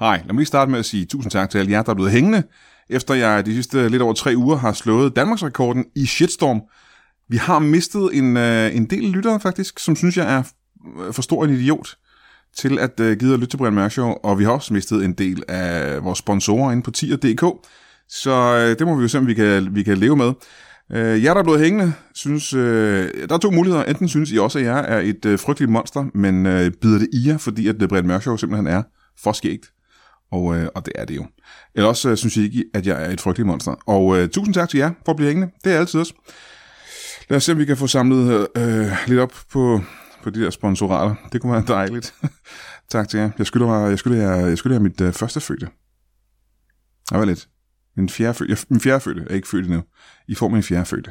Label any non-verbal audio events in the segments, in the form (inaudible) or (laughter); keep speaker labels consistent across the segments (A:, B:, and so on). A: Hej, lad mig lige starte med at sige tusind tak til alle jer, der er blevet hængende, efter jeg de sidste lidt over tre uger har slået Danmarksrekorden i shitstorm. Vi har mistet en, øh, en del lyttere faktisk, som synes, jeg er f- for stor en idiot til at øh, gide at lytte til Brian Mørk Show, og vi har også mistet en del af vores sponsorer inde på tier.dk, så øh, det må vi jo se, om vi kan, vi kan leve med. Øh, jer, der er blevet hængende, synes, øh, der er to muligheder. Enten synes I også, at jeg er et øh, frygteligt monster, men øh, bider det i jer, fordi at øh, Brian Mørk Show simpelthen er for skægt. Og, øh, og det er det jo. Eller også øh, synes I ikke, at jeg er et frygteligt monster. Og øh, tusind tak til jer for at blive hængende. Det er altid os. Lad os se, om vi kan få samlet øh, lidt op på, på de der sponsorater. Det kunne være dejligt. (laughs) tak til jer. Jeg skylder, mig, jeg skylder, jer, jeg skylder jer mit øh, første fødte. Jeg var lidt. Min fjerde fødte. Jeg, min fjerde fødte er ikke født endnu. I får min fjerde fødte.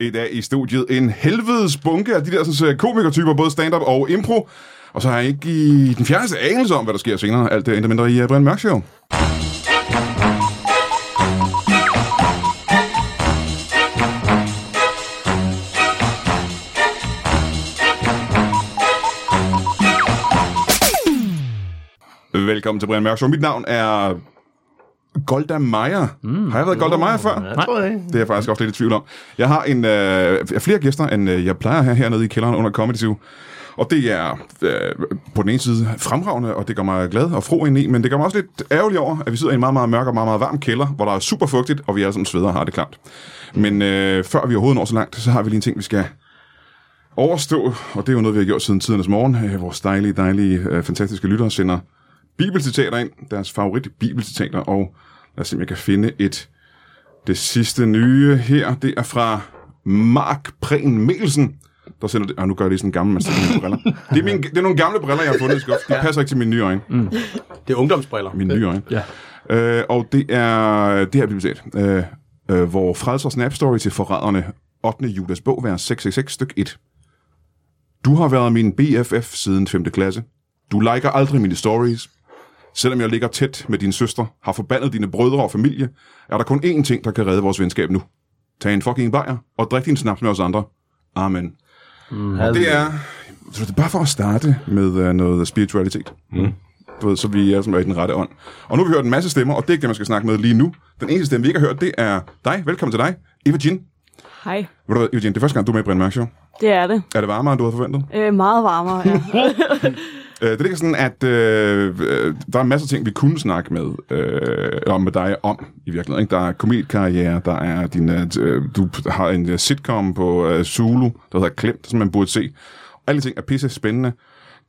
A: I dag i studiet en helvedes bunke af de der sådan, øh, komikertyper, både stand-up og impro. Og så har jeg ikke i den fjerneste anelse om, hvad der sker senere. Alt det endte mindre i øh, Brian Mørk Show. Velkommen til Brian Mørk Show. Mit navn er Golda Meir. Mm. Har jeg været Golda Meir før?
B: Jeg tror jeg.
A: Det er jeg faktisk også lidt i tvivl om. Jeg har en, øh, flere gæster, end øh, jeg plejer at have hernede i kælderen under Comedy Zoo. Og det er øh, på den ene side fremragende, og det gør mig glad og fro ind i, men det gør mig også lidt ærgerlig over, at vi sidder i en meget, meget mørk og meget, meget varm kælder, hvor der er super fugtigt, og vi alle sammen sveder og har det klamt. Men øh, før vi overhovedet når så langt, så har vi lige en ting, vi skal overstå, og det er jo noget, vi har gjort siden tidernes morgen. Øh, vores dejlige, dejlige, øh, fantastiske lyttere sender bibelcitater ind, deres favorit bibelcitater, og lad os se, om jeg kan finde et... Det sidste nye her, det er fra Mark Prehn Mikkelsen, der sender det. Og nu gør jeg lige sådan en gammel, man sætter mine briller. Det er, min, det er nogle gamle briller, jeg har fundet i skuffen. De passer ikke til mine nye øjne. Mm.
B: Det er ungdomsbriller.
A: Mine nye øjne. Ja. Øh, og det er det her bibliotek, øh, øh, hvor frelser Snap Story til forræderne 8. Judas bog, vers 666, styk 1. Du har været min BFF siden 5. klasse. Du liker aldrig mine stories. Selvom jeg ligger tæt med din søster, har forbandet dine brødre og familie, er der kun én ting, der kan redde vores venskab nu. Tag en fucking bajer og drik din snaps med os andre. Amen. Mm. Det er, så det er bare for at starte med øh, noget spiritualitet. Mm. Du ved, så vi er, som er i den rette ånd. Og nu har vi hørt en masse stemmer, og det er ikke det, man skal snakke med lige nu. Den eneste stemme, vi ikke har hørt, det er dig. Velkommen til dig, Eva Jean.
C: Hej,
A: Ved du hvad, Eva Jean, det er første gang, du er med i Brian Mørk Show.
C: det er det.
A: Er det varmere, end du havde forventet?
C: Øh, meget varmere,
A: (laughs)
C: ja.
A: Øh, det ligger sådan, at øh, øh, der er masser af ting, vi kunne snakke med, øh, eller med dig om i virkeligheden. Ikke? Der er komedkarriere, der er din, øh, du har en øh, sitcom på øh, Zulu, der hedder Klemt, som man burde se. Alle de ting er pisse spændende.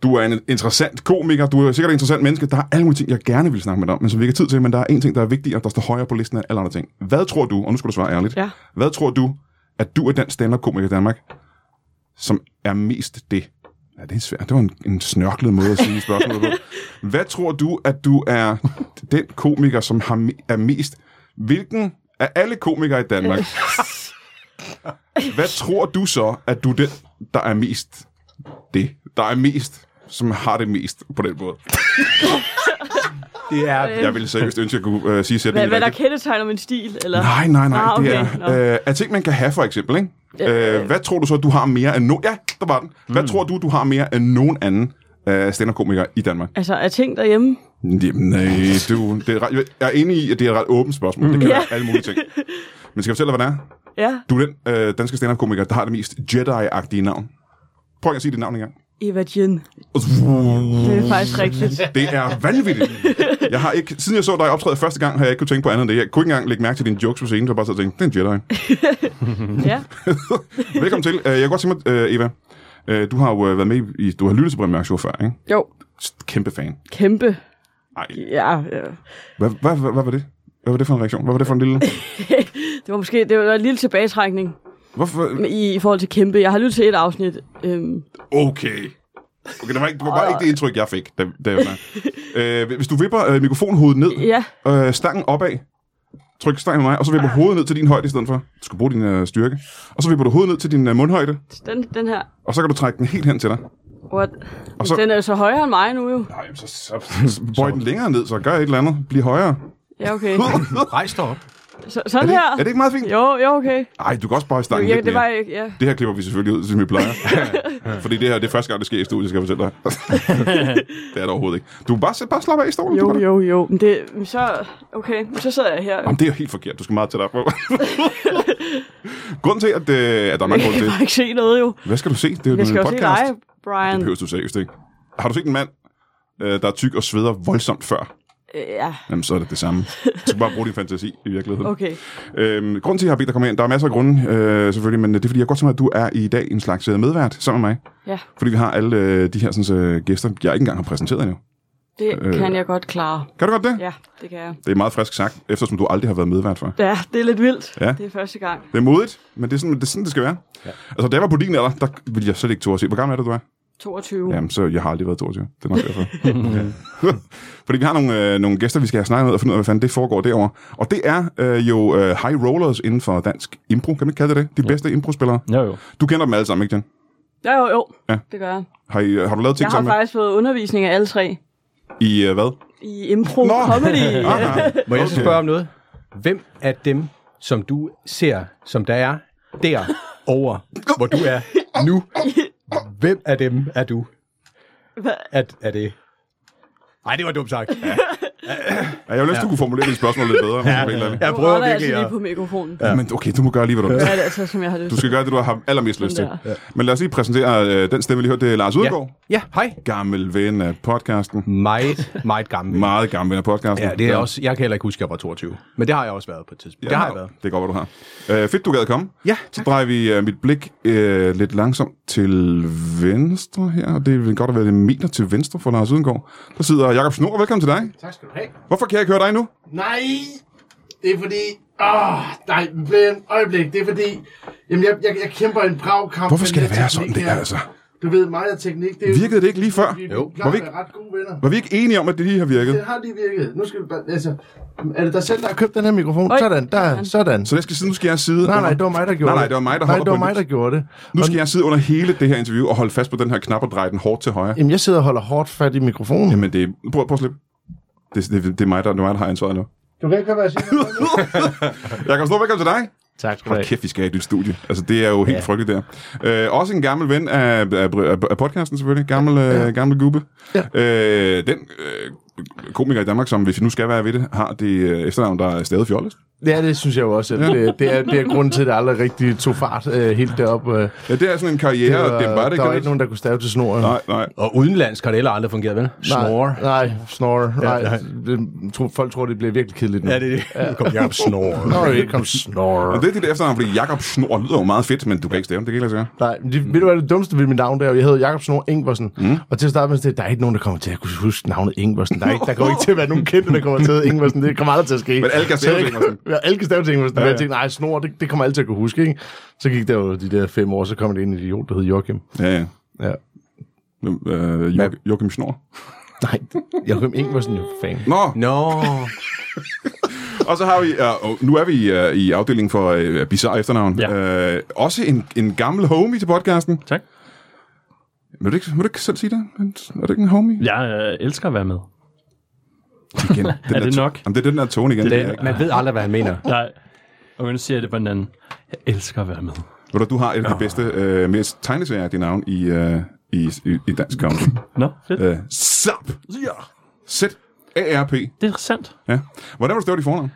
A: Du er en interessant komiker, du er sikkert et interessant menneske. Der er alle mulige ting, jeg gerne vil snakke med dig om, men som vi ikke har tid til. Men der er en ting, der er vigtigere, der står højere på listen af alle andre ting. Hvad tror du, og nu skal du svare ærligt,
C: Ja.
A: hvad tror du, at du er den stand-up-komiker i Danmark, som er mest det? Ja, det er svært. Det var en, en snørklet måde at sige spørgsmålet på.
C: (laughs)
A: Hvad tror du, at du er den komiker, som har, me- er mest... Hvilken af alle komikere i Danmark?
C: (laughs)
A: Hvad tror du så, at du er den, der er mest det? Der er mest, som har det mest på den måde.
C: Øh.
B: Det er...
A: Jeg ville seriøst ønske, at jeg kunne øh, sige
C: Hvad,
A: sætningen
C: hvad der
A: rigtigt.
C: kendetegner min stil, eller?
A: Nej, nej, nej.
C: Ah,
A: Ah,
C: okay.
A: okay. Det
C: Nå.
A: er øh, af ting, man kan have, for eksempel. Ikke? Øh, hvad tror du så, du har mere end nogen... Ja, der var den.
C: Mm.
A: Hvad tror du, du har mere end nogen anden øh, stand-up-komiker i Danmark?
C: Altså, er ting derhjemme?
A: Jamen, nej, du, det er, ret- jeg er enig i, at det er et ret åbent spørgsmål. Det kan
C: Ja.
A: være alle mulige ting. Men skal jeg fortælle dig, hvad det er?
C: Ja.
A: Du er den øh, danske stand-up-komiker, der har det mest Jedi-agtige navn. Prøv at sige dit navn engang.
C: Eva Jean. Det
A: Mm.
C: er
A: (laughs)
C: faktisk rigtigt.
A: Det er vanvittigt. Jeg har ikke, siden jeg så dig optræde første gang, har jeg ikke kunne tænke på andet end det. Jeg kunne ikke engang lægge mærke til dine jokes på scenen, så jeg bare sad og tænkte, det er en Jedi.
C: Ja.
A: Velkommen til. Øh, Jeg kan godt tænke mig, øh, Eva, øh, du har jo øh, været med i, du har lyttet til Brian Mørk Show før, ikke?
C: Jo,
A: Kæmpe fan.
C: kæmpe.
A: Ej,
C: Ja, ja.
A: hvad, hvad, hvad, hvad var det? Hvad var det for en reaktion? Hvad var det for en lille...
C: Det var måske det var en lille tilbagetrækning
A: Hvorfor?
C: i, i forhold til kæmpe. Jeg har lyttet til et afsnit. Øhm,
A: Okay. Okay, det var, ikke, det var bare ikke det indtryk, jeg fik. Da, da jeg var. øh, hvis du vipper øh, mikrofonhovedet ned,
C: Ja, Ah.
A: øh, stangen opad, tryk stangen med mig, og så vipper hovedet ned til din højde i stedet for. Du skal bruge din øh, styrke. Og så vipper du hovedet ned til din øh, mundhøjde,
C: den, den her.
A: og så kan du trække den helt hen til dig.
C: What?
A: Og så-
C: Den er jo så højere end mig nu jo.
A: Nej, så, så, så bøj den længere ned, så gør et eller andet. Bliv højere.
C: Ja, okay.
B: Rejs dig op.
C: Så,
A: (laughs) Er
C: sådan
A: det,
C: her?
A: er det ikke meget fint?
C: Jo, jo, okay.
A: Nej, du kan også bøje stangen
C: Ja,
A: lidt
C: det var
A: mere.
C: ikke, ja.
A: Det her klipper vi selvfølgelig ud, som vi
C: (laughs)
A: plejer. Fordi det her det er første gang, det sker i studiet, skal jeg fortælle dig. (laughs) det er det overhovedet ikke. Du kan bare, sæt- bare slappe af i stolen.
C: Jo,
A: det
C: jo, jo. Men det, men så, okay, men så sidder jeg her.
A: Jamen, det er jo helt forkert. Du skal meget tættere på. grunden til, at, øh, at der er
C: Jeg
A: mange grunde
C: kan (laughs)
A: til.
C: bare ikke se noget jo.
A: Hvad skal du se? Det er jo
C: Jeg skal
A: en
C: jo se
A: podcast.
C: dig,
A: Det
C: Brian.
A: behøver du seriøst, ikke? Har du set en mand, øh, der er tyk og sveder voldsomt før?
C: Øh, Ja,
A: Jamen, så er det det samme. Du skal bare bruge din fantasi i virkeligheden.
C: okay.
A: Øhm, grunden til, at jeg har bedt dig komme ind, der er masser af grunde øh, selvfølgelig, men det er fordi, jeg godt tænker, at du er i dag en slags øh, medvært sammen med mig.
C: Ja,
A: Fordi vi har alle øh, de her sådan, øh, gæster, jeg ikke engang har præsenteret endnu.
C: det
A: Øh.
C: kan jeg godt klare.
A: Kan du godt det?
C: Ja, det kan jeg.
A: Det er meget frisk sagt, eftersom du aldrig har været medvært før.
C: Ja, det er lidt vildt.
A: Ja.
C: Det er første gang.
A: Det er modigt, men det er sådan, det, er sådan, det skal være. Ja. Altså, da jeg var på din alder, der ville jeg slet ikke turde se. Hvor gammel er det, du er?
C: 22.
A: Jamen, så jeg har aldrig været 22. Det er nok derfor. (laughs) Ja. (laughs) Fordi vi har nogle, øh, nogle gæster, vi skal have snakket med og finde ud af, hvad fanden det foregår derovre. Og det er øh, jo øh, high rollers inden for dansk impro. Kan man ikke kalde det det? De bedste impro-spillere.
D: Jo, jo.
A: Du kender dem alle sammen, ikke, Jan?
C: Ja, jo, jo.
A: Ja.
C: Det gør jeg.
A: Har, I, øh, har du lavet ting
C: Jeg har
A: sammen
C: faktisk fået undervisning af alle tre.
A: med? I øh, hvad? Ah,
C: I
A: (laughs)
C: impro
A: Nå.
C: comedy.
A: Aha.
B: Må jeg så
A: Okay.
B: spørge om noget? Hvem af dem, som du ser, som der er der over, hvor du er nu, hvem af dem er du?
C: Hva?
B: Er, er det? Nej, det var dumt sagt. Ja.
A: Ja, jeg har lyst til, at du kunne formulere dit spørgsmål lidt (laughs) bedre. ja, ja.
B: Jeg
C: Nu
B: prøver
C: holder jeg altså
B: virkelig
C: lige på
B: at...
C: mikrofonen. Ja.
A: Ja. Men okay, du må gøre lige, hvad du
C: Det
A: vil.
C: er det altså, som jeg har lyst
A: Du skal gøre det, du har allermest lyst til.
C: Sådan
A: Ja. Men lad os lige præsentere øh, den stemme, vi lige hørte. Det er Lars Udgaard. Ja.
B: Ja, hej.
A: Gammel ven af podcasten.
B: Meget, meget gammel.
A: Meget gammel ven af podcasten.
B: Ja, det er også, jeg kan heller ikke huske, at jeg var 22. Men det har jeg også været på et tidspunkt. Ja, det har jeg været.
A: Det går, hvad du har. Øh, fedt, du gad at komme.
B: Ja,
A: Så drejer vi øh, mit blik øh, lidt langsomt til venstre her. Det vil godt at være lidt meter til venstre for Lars Udengård. Der sidder Jakob Snor. Velkommen til dig.
E: Tak skal du have.
A: Hvorfor kan jeg ikke høre dig nu?
E: Nej, det er fordi... Åh, nej, Brian, øjeblik. Det er fordi... Jamen, jeg, jeg, jeg kæmper en brav kamp.
A: Hvorfor
E: med
A: skal
E: den
A: det
E: her
A: være sådan,
E: teknik
A: det er
E: her.
A: altså?
E: Du ved, mig og teknik, det er
A: Virkede det ikke lige før?
E: Vi
B: Jo.
E: jo.
A: Var
E: plejer
A: vi
E: vi
A: ikke-
E: at være ret gode venner.
A: Var vi ikke enige om, at det lige har virket?
E: Det har lige virket. Nu skal vi bare... Altså, er det dig selv, der har købt den her mikrofon?
C: Øj.
E: Sådan, der, sådan.
A: Så det skal, nu skal jeg sidde...
E: Nej, nej,
A: under-
E: det var mig, der gjorde
A: Nej, nej,
E: det.
A: det var mig, der
E: nej,
A: holder
E: det var
A: på
E: mig,
A: den.
E: der gjorde det.
A: Nu skal jeg sidde under hele det her interview og holde fast på den her knap og dreje den hårdt til højre.
E: Jamen, jeg sidder og holder hårdt fat i mikrofonen. Jamen.
A: Jamen, det er... Prøv, prøv at slippe. Det, det, det er mig, der, det er mig, der har ansvaret nu.
E: Du kan ikke komme og sige
A: (laughs)
E: noget.
A: Jakob Stor, velkommen til dig.
D: Tak skal du
A: Hold
D: have.
A: kæft, vi skal have et nyt studie. Altså, det er jo helt ja. frygteligt der. Øh, også en gammel ven af, af, af, af podcasten selvfølgelig. Gammel, ja. øh, gammel gubbe.
E: Ja.
A: Øh, den øh, komiker i Danmark, som hvis vi nu skal være ved det, har det øh, efternavn, der er stadig fjollet.
E: Ja, det synes jeg jo også. At det, det, er, det er grunden til, at det aldrig rigtig tog fart øh, helt deroppe. Øh.
A: Ja, det er sådan en karriere,
E: Det var-
A: og det er bare det.
E: der var
A: kan
E: ikke
A: det-
E: nogen, der kunne stave til snoren.
A: Nej, nej.
B: Og udenlandsk har det heller aldrig fungeret, vel? Snore.
E: Nej, nej snore. Nej,
B: nej.
E: Det, tro, folk tror, det bliver virkelig kedeligt nu.
B: Ja, det er det. Nu kom Jacob Snore.
E: Nå, ikke kom snore.
A: Og det er dit efternavn, fordi Jakob Snor lyder jo meget fedt, men du kan ikke stave ham, det kan ikke lade sig gøre.
E: Nej, men det, ved du hvad det dummeste ved mit navn der? Jeg hedder Jakob Snor Ingvarsen. Mm. Og til at starte med, så det, der er ikke nogen, der kommer til at kunne huske navnet Ingvarsen. Der, er ikke, der kommer ikke til at være nogen kendte, der kommer til at hedde Ingvarsen. Det kommer aldrig til at ske.
A: Men alle kan stave
E: Så jeg-
A: til Ingvarsen.
E: Ja, alle kan stave til Ingvarsen. Ja, ja. Jeg tænkte, nej, Snor, det, det kommer alle til at kunne huske, ikke? Så gik der jo de der fem år, så kom der en idiot, der hed Joachim.
A: Ja, ja.
E: Ja.
A: Øh, jo- Joachim Snor.
E: Nej, Joachim Ingvarsen, jo fan.
A: Nå,
B: Nå.
A: Og så har vi, øh, og nu er vi øh, i afdelingen for øh, bizarre efternavn. Ja. Øh, også en, en gammel homie til podcasten.
D: Tak.
A: Må du ikke, må du ikke selv sige det? Er det ikke en homie?
D: Jeg øh, elsker at være med.
A: Igen. (laughs) Den
D: Er
A: der
D: det
A: to-
D: nok?
A: Jamen, det er den der tone igen. Det, det,
B: Man ved aldrig, hvad han mener.
D: Nej. Og nu siger jeg det på den anden. Jeg elsker at være med.
A: ved du, du har et af de bedste, øh, mest tegneserier navn i, øh, i, i, i dansk comedy.
D: Nå, fedt.
A: øh, SAP!
D: Ja.
A: Sæt. A-R-P.
D: Det er sandt.
A: Ja. Hvordan vil du stave dit fornavn?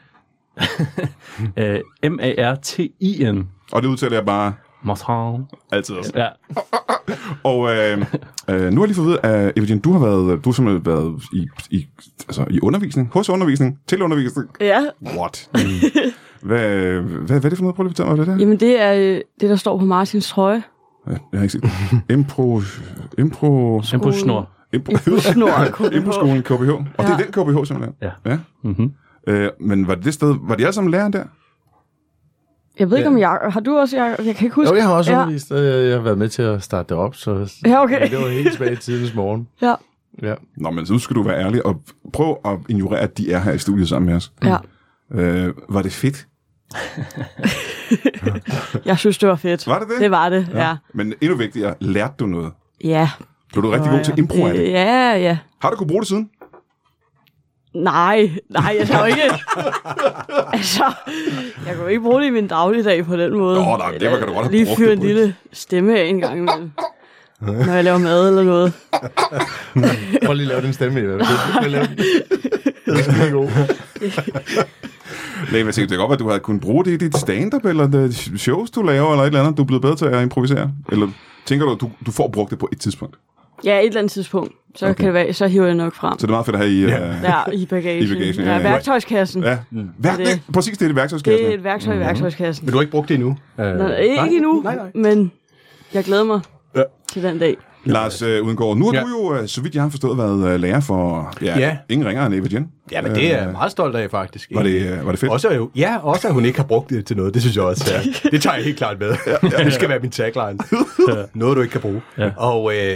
D: Øh, M-A-R-T-I-N.
A: Og det udtaler jeg bare
D: Martin.
A: altid også.
D: Ja.
A: Og øh, øh, nu har jeg lige fået at vide, at Evelyn, du har været, du har simpelthen været i, i, altså, i undervisning, hos undervisning, til undervisning.
C: Ja,
A: (laughs) What? hvad, hvad, hvad er det for noget? Prøv lige at fortælle mig, hvad det er.
C: jamen det er øh, det, der står på Martins trøje.
A: Jeg, jeg har ikke set det. Impro... Impro...
D: En på snor.
A: Impro... (laughs)
C: Impro-snor, KBH.
A: Impro-skolen KBH. Og ja. det er den KBH, simpelthen.
D: Ja.
A: ja.
D: Mm-hmm.
A: Øh, men var det det sted... Var de alle sammen lærer der?
C: Jeg ved ikke, om jeg... Har du også, jeg, jeg kan ikke huske...
E: Jo, jeg har også
C: ja.
E: undervist. Jeg, jeg har været med til at starte det op, så
C: Ja, okay.
E: Men det var helt tilbage i tidens morgen.
C: Ja,
E: Ja.
A: Nå, men så skal du være ærlig og prøv at ignorere, at de er her i studiet sammen med os.
C: ja.
A: Øh, var det fedt?
C: Jeg synes, det var fedt.
A: Var det det?
C: Det var det, ja. Ja,
A: Men endnu vigtigere, lærte du noget?
C: ja
A: Blev du rigtig god til impro af det?
C: Ja, ja.
A: Har du kunnet bruge det siden?
C: Nej, nej, jeg kan jo
A: (laughs)
C: ikke... altså, jeg kan jo ikke bruge det i min dagligdag på den måde.
A: Nå, nej, det kan du godt have
C: Lige
A: brugt
C: fyre
A: det
C: en
A: på.
C: lille stemme af en gang imellem. Når jeg laver mad eller noget.
E: Prøv lige at lave den stemme i hvert fald. Jeg laver den. Den er skide god.
A: Nej, men jeg tænkte, det kan godt være, at du havde kunnet bruge det i dit stand-up, eller det shows, du laver, eller et eller andet. Du er blevet bedre til at improvisere. Eller tænker du, at du, du får brugt det på et tidspunkt?
C: Ja, et eller andet tidspunkt. Så okay.
A: Okay.
C: kan det være, så hiver jeg nok frem.
A: Så det er meget fedt at have i... Ja. Øh,
C: Ja, i
A: (laughs)
C: bagagen.
A: I bagagen, ja,
C: ja,
A: ja.
C: værktøjskassen.
A: ja. Mhm. Værk,
C: Det-
A: det, præcis, det er det værktøjskasse.
C: Det er et værktøj i værktøjskassen.
B: Men du har ikke brugt det endnu. Øh,
C: Nå, ikke endnu, men jeg glæder mig
B: Ja.
C: til den dag.
A: Lars øh, Udengård, nu har
B: Ja.
A: du jo, øh, så vidt jeg har forstået, været øh, lærer for ja,
B: Ja.
A: ingen ringer end Eva Jen.
B: Ja, men det er jeg
A: Øh,
B: meget stolt af, faktisk.
A: var, det, øh, var det fedt?
B: Også er jo, ja, også at hun ikke har brugt det til noget, det synes jeg
A: (laughs)
B: også er. Det tager jeg helt klart med. Det skal være min tagline. Noget, du ikke kan bruge.
D: Ja.
B: Og øh,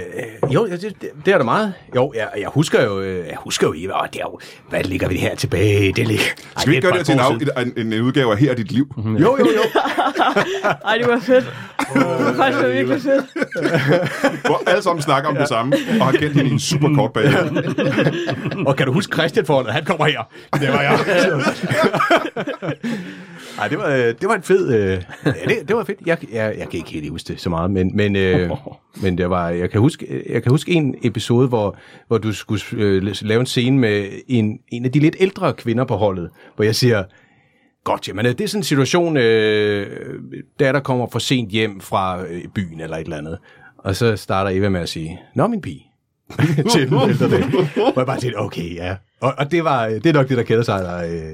B: jo, ja, det, det er der meget. Jo, jeg, jeg husker jo, øh, jeg husker jo Eva, og det er jo, hvad ligger vi her tilbage? Det ligger, Ej,
A: Skal vi
B: er
A: ikke gøre
B: et
A: det til en,
B: par år Mhm.
A: af, en, en, en udgave af Her er dit liv?
B: siden. Jo, jo, jo.
C: Ej, det var fedt. Det var faktisk virkelig fedt.
A: (laughs) Hvor alle sammen snakker om det samme, og har kendt hende i en super
B: Mhm.
A: kort periode.
B: (laughs) Og kan du huske Christian foran? Han kommer her. Det var (laughs) jeg. Nej, det var, øh, det var en fed... Øh, ja, det, det var fedt. Jeg, jeg, jeg kan ikke helt huske det så meget, men, men, øh, (laughs) men der var, jeg, kan huske, jeg kan huske en episode, hvor, hvor du skulle øh, lave en scene med en, en af de lidt ældre kvinder på holdet, hvor jeg siger, Godt, jamen øh, det er sådan en situation, øh, der der kommer for sent hjem fra øh, byen eller et eller andet. Og så starter Eva med at sige, Nå, min pige. (laughs) til den ældre dame. Hvor jeg bare tænkte, okay, ja. Og, og det, var, øh, det er nok det, der kæder sig, eller,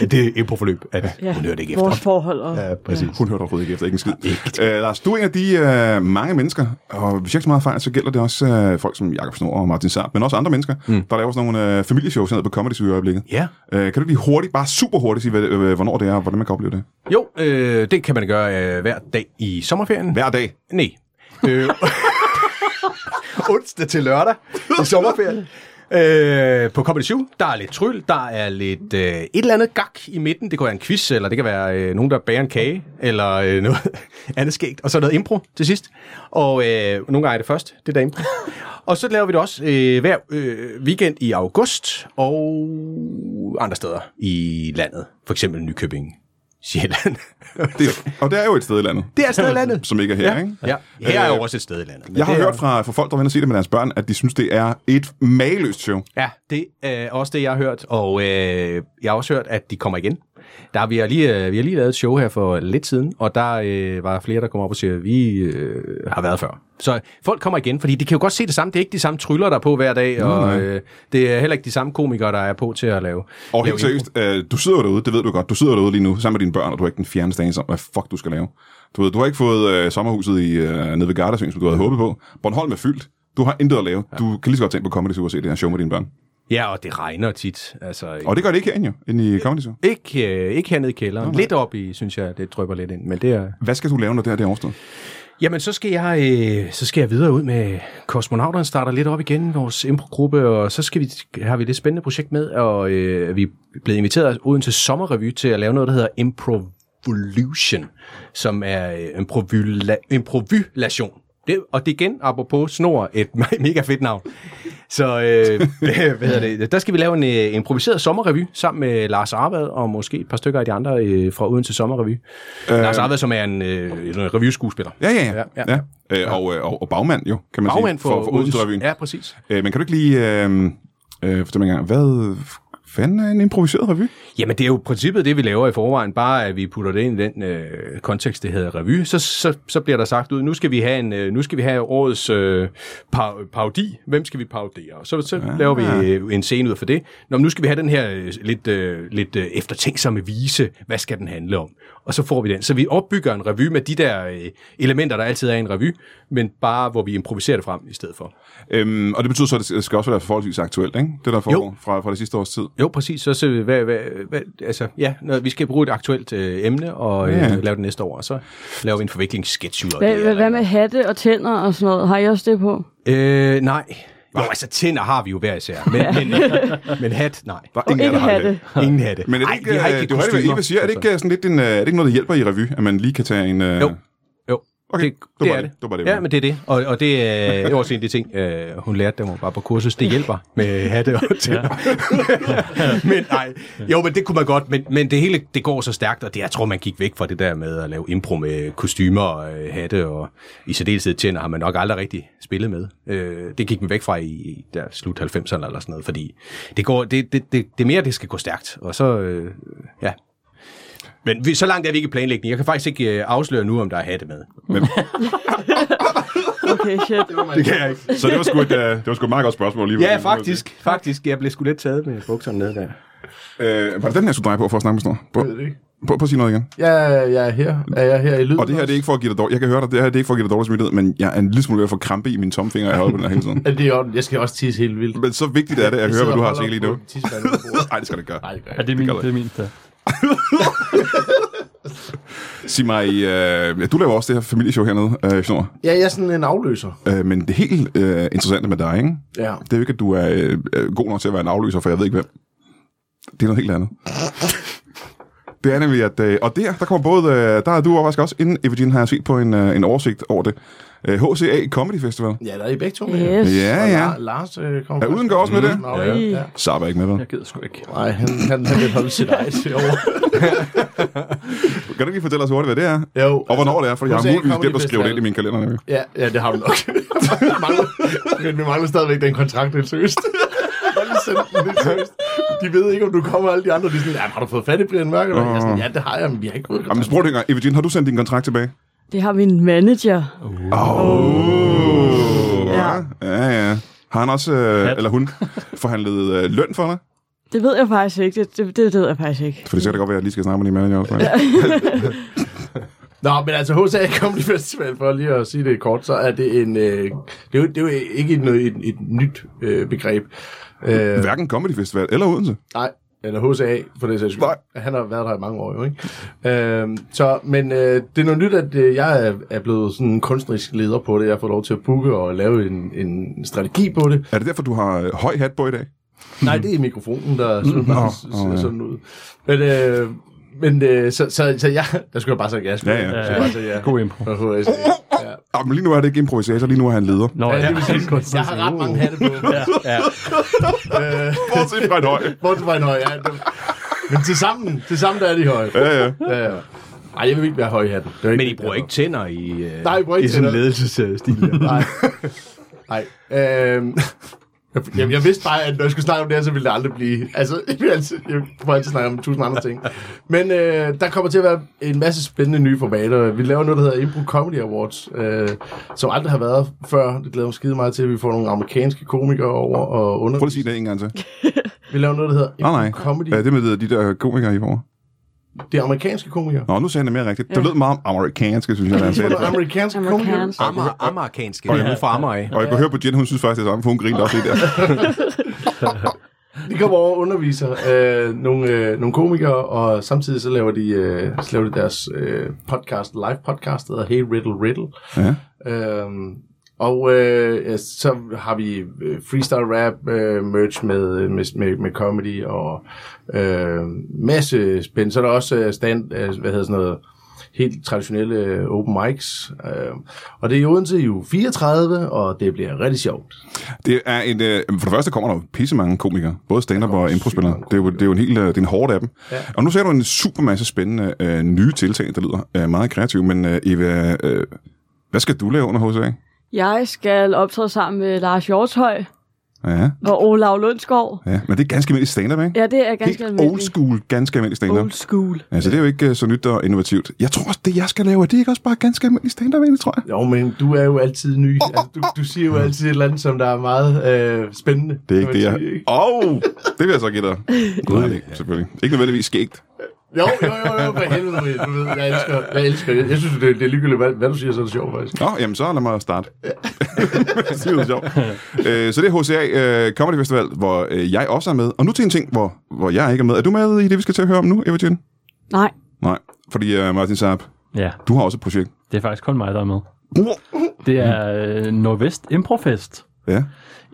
B: øh, det improforløb, at ja. hun hørte ikke efter.
C: Vores forhold. Og...
B: Ja, præcis.
A: Hun hørte overhovedet ikke efter, ikke en skid. Øh, Lars, du er en af de øh, mange mennesker, og hvis jeg ikke så meget fejl, så gælder det også øh, folk som Jakob Snor og Martin Sarp, men også andre mennesker, mm. der laver sådan nogle øh, familieshows nede på Comedy Zoo i øjeblikket.
B: Ja.
A: Øh, kan du lige hurtigt, bare super hurtigt sige, hvad, øh, hvornår det er, og hvordan man kan opleve det?
B: Jo, øh, det kan man gøre øh, hver dag i sommerferien.
A: Hver dag.
B: Nej. Øh, onsdag til lørdag i sommerferien. Øh, på Comedy Zoo, der er lidt tryl, der er lidt øh, et eller andet gak i midten. Det kan være en quiz, eller det kan være øh, nogen, der bager en kage, eller øh, noget (laughs) andet skægt. Og så noget impro til sidst. Og øh, nogle gange er det først, det er der impro. Og så laver vi det også øh, hver øh, weekend i august, og andre steder i landet. For eksempel Nykøbing, Sjælland. (laughs)
A: Det er, og det er jo et sted i landet,
B: Det er et sted i landet.
A: som ikke er her,
B: Ja,
A: ikke?
B: ja. her er jo
A: Øh,
B: også et sted i landet. men
A: Jeg har
B: det er-
A: hørt fra, fra folk, der vender og se det med deres børn, at de synes, det er et mageløst show.
B: Ja, det er også det, jeg har hørt, og øh, jeg har også hørt, at de kommer igen. Der, vi, har lige, øh, vi har lige lavet et show her for lidt siden, og der øh, var flere, der kom op og siger, at vi øh, har været før. Så folk kommer igen, fordi de kan jo godt se det samme. Det er ikke de samme tryller, der er på hver dag, og øh, det er heller ikke de samme komikere, der er på til at lave.
A: Og
B: lave
A: helt seriøst, øh, du sidder jo derude, det ved du godt, du sidder derude lige nu sammen med dine børn, og du har ikke den fjerneste anelse om, hvad fuck du skal lave. Du ved, du har ikke fået øh, sommerhuset i, øh, nede ved Gardasøen, som du havde håbet på. Bornholm er fyldt. Du har intet at lave. Du kan lige så godt tænke på Comedy Zoo og se det her show med dine børn.
B: impro. Ja, og det regner tit. Altså,
A: Og det gør det ikke herinde jo, inde i Comedy Zoo.
B: ikke, øh, ikke hernede i kælderen. lidt op i, synes jeg, det drypper lidt ind, men det er...
A: Hvad skal du lave, når det her det er overstået?
B: Jamen, så skal jeg, øh, så skal jeg videre ud med kosmonauterne, starter lidt op igen, vores improgruppe, og så skal vi, har vi det spændende projekt med, og øh, vi er blevet inviteret uden til sommerrevy til at lave noget, der hedder Improvolution, som er øh, improvula, improvylation. Det, og det er igen, apropos snor, et (laughs) me- mega fedt navn. Så øh, (laughs) hvad hedder det? der skal vi lave en øh, improviseret sommerrevy sammen med Lars Arvad og måske et par stykker af de andre øh, fra Odense Sommerrevy. Øh, Lars Arvad, som er en øh, en revyskuespiller.
A: Ja, ja, ja.
B: Ja,
A: ja,
B: ja.
A: ja. Øh, og, øh, og, og bagmand jo, kan man
B: Bagmand
A: sige.
B: for, for, for Odense
A: Revyen.
B: Ja, præcis.
A: Øh, men kan du ikke lige øh, øh, fortælle mig engang, hvad fanden er en improviseret revy?
B: Jamen, det er jo i princippet det, vi laver i forvejen, bare at vi putter det ind i den øh, kontekst, det hedder revy. Så, så, så bliver der sagt ud, nu skal vi have, en, øh, nu skal vi have årets øh, par, parodi. Hvem skal vi parodere? Og så, så ja. laver vi øh, en scene ud for det. Nå, men nu skal vi have den her øh, lidt, øh, lidt øh, eftertænksomme vise. Hvad skal den handle om? Og så får vi den. Så vi opbygger en revy med de der øh, elementer, der altid er i en revy, men bare hvor vi improviserer det frem i stedet for.
A: Øhm, og det betyder så, at det skal også være forholdsvis aktuelt, ikke? Det der foregår fra, fra det sidste års tid.
B: Jo, præcis. Så, så hvad, hvad, hvad, altså, ja, når vi skal bruge et aktuelt øh, emne og øh,
A: Ja.
B: ja. lave det næste år, og så laver vi en forviklingssketch ud af det.
C: Hvad,
B: eller-
C: hvad med hatte og tænder og sådan noget? Har I også det på?
B: Øh, nej. Jo, altså tænder har vi jo hver især, men,
C: (laughs)
B: men, men hat, nej.
A: Der er
C: Og
A: ingen, af jer,
C: ikke
A: der har det.
C: hatte.
B: Ingen hatte.
A: Men er det
B: Ej,
A: ikke,
B: vi har
A: øh, det var det,
B: kostymer.
A: Eva siger, er det ikke øh, sådan lidt en, øh, er det ikke noget, der hjælper i revy, at man lige kan tage en... øh,
B: Jo. Jo,
A: Okay,
B: det,
A: det var bare
B: det er
A: det.
B: det.
A: Det var bare det, jeg
B: ja, men det er det. Og, og det
A: (laughs)
B: er øh, også en af de ting, øh, hun lærte, da hun var på kursus. Det hjælper med hatte og tænder. (laughs) men nej, jo, men det kunne man godt. Men, men det hele, det går så stærkt, og det, jeg tror, man gik væk fra det der med at lave impro med kostymer og øh, hatte, og i særdeleshed tænder har man nok aldrig rigtig spillet med. Øh, det gik man væk fra i, i der slut 90'erne eller sådan noget, fordi det, går, det, det, det, det er mere, det skal gå stærkt. Og så, øh, ja, men vi, så langt er vi ikke i planlægning. Jeg kan faktisk ikke øh, afsløre nu, om der er hatte med.
C: (laughs) Okay, shit.
A: Det kan jeg ikke. Så det var sgu et, øh, det var sgu et meget godt spørgsmål alligevel.
B: Ja, faktisk. Faktisk. Jeg blev sgu lidt taget med bukserne ned der.
A: Øh, var det den, jeg skulle dreje på for at snakke med sådan noget? Prøv- Prøv, prøv at sige noget igen.
E: Ja, jeg er her. Er jeg her i lyden?
A: Og det her, det er ikke for at give dig dårligt. Jeg kan høre dig, det her det er ikke for at give dig dårlig smidighed, men jeg er en lille smule ved at få krampe i mine tommelfingre, jeg holder på den her hele tiden.
E: Er det er jo- Jeg skal også tisse helt vildt.
A: Men så vigtigt er det, at jeg hører, hvad du har at sige lige nu.
E: Nej,
A: Nej, det skal det ikke gøre.
E: det gør jeg
D: Ja,
E: ikke.
D: det er min,
A: gør det.
D: det er min der.
A: Sig mig, øh, ja, du laver også det her familieshow hernede, øh, Snor.
E: (laughs) Ja, jeg er sådan en afløser.
A: Øh, men det helt øh, interessante med dig, ikke?
E: Ja.
A: det er jo ikke, at du er øh, øh, god nok til at være en afløser, for jeg ved ikke hvem. Det er noget helt andet. Det er nemlig, at... Øh, og der, der kommer både... Øh, der er du overrasket også, inden Evgen har jeg set på en, øh, en oversigt over det. Øh, HCA Comedy Festival.
E: Ja, der er I begge to med.
C: Yes.
A: Ja,
E: Og
A: ja.
E: La- Lars øh, kommer
A: Er Uden går også med det?
E: Ja. ja.
A: Saba er ikke med, vel?
D: Jeg gider sgu ikke.
E: Nej, han, han, han vil holde sit eget over.
A: Kan du ikke lige fortælle os hurtigt, hvad det er?
E: Jo.
A: Og hvornår det er, for jeg har
E: HCA
A: muligvis glemt at
E: Comedy
A: skrive det ind i
E: Festival.
A: min kalender. Nemlig.
E: Ja, ja, det har du nok. Vi (laughs) mangler, men vi mangler stadigvæk den kontrakt, helt (laughs) seriøst. Jeg vil sende den lidt seriøst. De ved ikke, om du kommer, og alle de andre. De er sådan, "Jamen, har du fået fat i Brian Mørk? Og jeg er sådan, ja, det har jeg, men vi har ikke fået
A: Jamen,
E: kontrakt.
A: spurgte ikke, Evgen, har du sendt din kontrakt tilbage?
C: Det har min manager.
A: Ja. Ja, ja. Har han også, øh,
D: Hat.
A: eller hun, forhandlet øh, løn for dig?
C: Det ved jeg faktisk ikke. Det, det, det ved jeg faktisk ikke.
A: For det kan da godt være, at jeg lige skal snakke med din manager også. Ja.
E: Nå, men altså, HCA Comedy Festival, for lige at sige det kort, så er det en... Øh, det, er jo, det er jo ikke et, noget, et, et nyt øh, begreb. Øh,
A: Hverken Comedy Festival eller Odense.
E: Nej, eller HCA, for det sags skyld.
A: Nej.
E: Han har været der i mange år, jo, ikke? Øhm, så, men øh, det er noget nyt, at øh, jeg er, er blevet sådan en kunstnerisk leder på det. Jeg har fået lov til at booke og lave en, en strategi på det.
A: Er det derfor, du har øh, høj hat på i dag?
E: Nej, det er mikrofonen, der ser,
A: Nå,
E: bare, ser
A: nå, ja.
E: sådan ud. Men, øh, men øh, så, så, så jeg... Der skulle jeg bare sige gas.
A: Ja, ja.
E: Jeg skulle bare sige ja.
D: God impro.
E: Fra HCA. Ja.
A: Ah, men lige nu er det ikke improvisator, lige nu er han leder.
D: Nå,
E: Ja,
D: ja,
E: det vil sige, jeg har ret mange hatte på. uh. (laughs) Ja.
A: Bortset fra et høj.
E: Bortset fra en høj, ja. Dem- Men til sammen, til sammen der er de høje.
A: Ja, ja.
E: Ja, ja. Ej, jeg vil ikke være høj i hatten. Det er ikke
B: Men I
E: det,
B: bruger
E: jeg
B: ikke tænder i, øh,
E: Nej, I bruger ikke
B: i sådan en
E: tænder. (laughs)
B: ledelsesstil. Der.
E: Nej. Nej. Øhm. Jeg, jeg vidste bare, at når jeg skulle snakke om det her, så ville det aldrig blive... Altså, jeg, vil altid, jeg får altid snakke om tusind andre ting. Men øh, der kommer til at være en masse spændende nye formater. Vi laver noget, der hedder Impro Comedy Awards, øh, som aldrig har været før. Det glæder mig skide meget til, at vi får nogle amerikanske komikere over og under.
A: Prøv lige at sige det en gang til.
E: Vi laver noget, der hedder
A: Nå,
E: Impro
A: nej.
E: Comedy.
A: Ja, det med de der øh, komikere i går.
E: Det er amerikanske komikere.
A: Nå, nu sagde han det mere rigtigt. Det lød meget amerikansk, synes jeg, da han
E: Det
A: sagde det.
E: er amerikanske komikere.
C: Amerikansk.
B: Amager, amerikanske. Ja. Ude fra Amager af.
A: Og jeg kunne høre på Jen, hun synes faktisk det samme, for hun grinte også lige der.
E: De kommer over og underviser øh, nogle, øh, nogle komikere, og samtidig så laver de, øh, så laver de deres øh, podcast, live podcast, der hedder Hey Riddle Riddle.
A: Ja.
E: Øhm, og øh, ja, så har vi øh, freestyle rap øh, merch med, med, med, med comedy og øh, masse spændende. Så er der også øh, stand, øh, hvad hedder sådan noget, helt traditionelle øh, open mics. Øh, og det er i Odense i uge 34, og det bliver rigtig sjovt.
A: Det er en, øh, for det første kommer der jo pisse mange komikere, både stand-up og improspillere. Det er jo, det er jo en helt, øh, det er en hård af dem. Ja. Og nu ser du en super masse spændende øh, nye tiltag, der lyder øh, meget kreative, men øh, Eva, øh, hvad skal du lave under HCA?
C: Jeg skal optræde sammen med Lars Hjortøj
A: Ja,
C: og Olav Lundskov.
A: ja, men det er ganske almindeligt stand-up, ikke?
C: Ja, det er ganske
A: Helt old
C: almindeligt.
A: school, ganske almindelig stand-up.
C: school.
A: Altså, det er jo ikke øh, så nyt og innovativt. Jeg tror også, det jeg skal lave, er det ikke også bare ganske almindelig stand-up egentlig, tror jeg?
E: Jo, men du er jo altid ny. Altså, du, du siger jo altid et eller andet, som der er meget øh, spændende.
A: Det er ikke det,
E: kan man
A: jeg...
E: sige, ikke?
A: Åh, oh, det vil jeg så give dig. God, ja. Selvfølgelig. Ikke nødvendigvis skægt.
E: Jo, jo, jo, jo, for helvede, Marie. Du ved, jeg elsker, jeg elsker det. Jeg synes, det, det er ligegyldigt, hvad, hvad du siger, så er det sjovt, faktisk.
A: Nå, jamen så lad mig (laughs) starte. det er jo sjovt. Øh, så det er HCA øh, Comedy Festival, hvor øh, jeg også er med. Og nu til en ting, hvor, hvor jeg ikke er med. Er du med i det, vi skal til at høre om nu, Evertjen?
C: Nej.
A: Nej, fordi øh, Martin Saab,
D: Ja,
A: du har også et projekt.
D: det er faktisk kun mig, der er med. Det er øh, Nordvest Improfest.
A: Ja.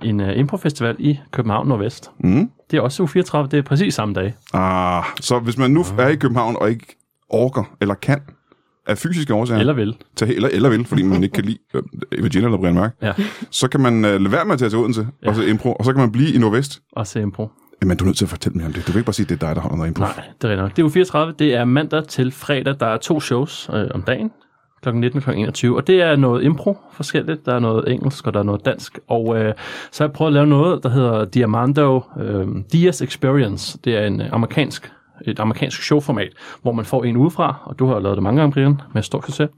D: En øh, improfestival i København Nordvest.
A: Mm.
D: Det er også uge 34, det er præcis samme dag.
A: Ah, så hvis man nu er i København og ikke orker eller kan af fysiske årsager,
D: Eller vel.
A: tage, eller, eller vil, fordi man ikke kan lide øh, Virginia eller Brian Mørk,
D: Ja,
A: så kan man øh, lade være med at tage til Odense ja. og så impro, og så kan man blive i Nordvest.
D: også impro.
A: Jamen, du er nødt til at fortælle mig om det. Du kan ikke bare sige, at det er dig, der holder noget impro.
D: Nej, det er rigtigt nok. Det er uge 34, det er mandag til fredag. Der er to shows øh, om dagen, kl. 19 og kl. 21. Og det er noget impro forskelligt. Der er noget engelsk, og der er noget dansk. Og øh, så har jeg prøvet at lave noget, der hedder Diamando øh, Diaz Experience. Det er en øh, amerikansk, et amerikansk showformat, hvor man får en udefra, og du har jo lavet det mange gange, Brian, med stor succes,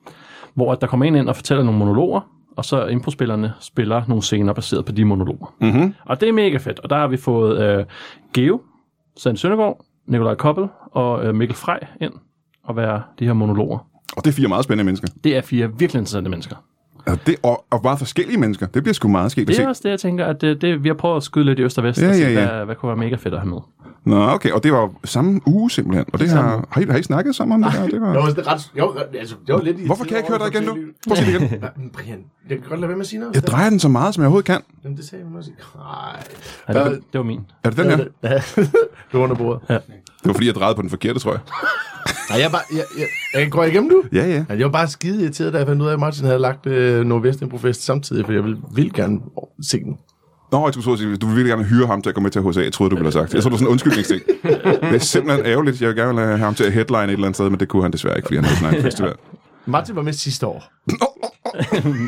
D: hvor at der kommer en ind og fortæller nogle monologer, og så improspillerne spiller nogle scener baseret på de monologer.
A: Mm-hmm.
D: Og det er mega fedt. Og der har vi fået øh, Geo, Søren Søndergaard, Nikolaj Koppel og øh, Mikkel Frej ind og være de her monologer.
A: Og det er fire meget spændende mennesker.
D: Det er fire virkelig interessante mennesker.
A: Altså, det, og, og bare forskellige mennesker. Det bliver sgu meget skægt at
D: Det
A: se.
D: er også det, jeg tænker, at øh, det, det, vi har prøvet at skyde lidt i øst og vest,
A: Ja,
D: og se,
A: ja, ja.
D: Hvad, hvad kunne være mega fedt at have med.
A: Nå, okay. Og det var samme uge simpelthen. Og det har, har, I, har I snakket sammen om det her? Det var...
E: Jo, det er ret... Jo, altså, det var lidt... i-
A: Hvorfor kan jeg ikke høre dig igen nu? Prøv at sige det igen.
E: Ja, men Brian, jeg kan godt lade være med at sige noget.
A: Jeg drejer den så meget, som jeg overhovedet kan.
E: Jamen, det sagde hun også. Nej.
D: Ja, det, var, det var min.
A: Er det den her?
E: (laughs) Du er under bordet.
A: Det var fordi, jeg drejede på den forkerte, tror jeg.
E: Nej, jeg, er bare, jeg, jeg, jeg går igennem nu.
A: Ja, ja.
E: Ja, Jeg var bare skide irriteret, da jeg fandt ud af, at Martin havde lagt øh, Nordvest Improfest samtidig, for jeg ville vildt gerne se den.
A: Nå, jeg skulle så sige, du vil virkelig gerne høre ham til at komme med til HSA. Jeg troede, du ville have sagt. Jeg troede, det var sådan en undskyldningsting. Det er simpelthen ærgerligt. Jeg vil gerne have ham til at headline et eller andet sted, men det kunne han desværre ikke, fordi han havde sin egen (laughs) festival.
E: Martin var med sidste år.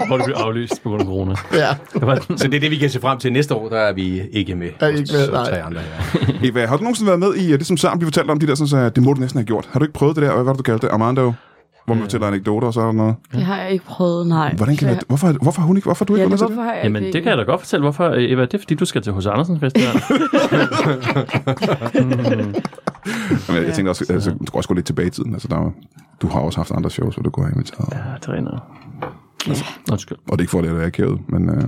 D: Hvor det blev aflyst på grund af
A: (laughs)
D: corona.
E: Ja.
D: Det var den.
B: Så det er det, vi kan se frem til næste år, der er vi ikke med.
E: Er I ikke med?
B: Så
E: Nej.
B: tre andre her.
A: Eva, har du nogensinde været med i øh, det, som Sam blev fortalt om, de der, sådan, så, øh, det må du næsten have gjort? Har du ikke prøvet det der, hvad var det, du kaldte det? Armando? Hvor man fortæller anekdoter og sådan noget.
C: Det har jeg ikke prøvet, nej.
A: Hvordan kan
C: Så
A: det, hvorfor, hvorfor har hun ikke, hvorfor har du
C: jeg...
A: ikke ja,
C: Ja,
A: med til
C: det,
A: det?
C: hvorfor har jeg
D: Jamen,
C: ikke...
D: det kan jeg da godt fortælle, hvorfor. øh, Eva, det er fordi, du skal til hos Andersen
A: (laughs)
D: Festival.
A: Jamen, jeg, jeg tænkte også, altså, du går også gå lidt tilbage i tiden. Altså, der, er jo- du har også haft andre shows, hvor du går inviteret. Ja.
D: ja, det regner. Altså, undskyld.
A: Og det er ikke for at lade dig akavet, men øh,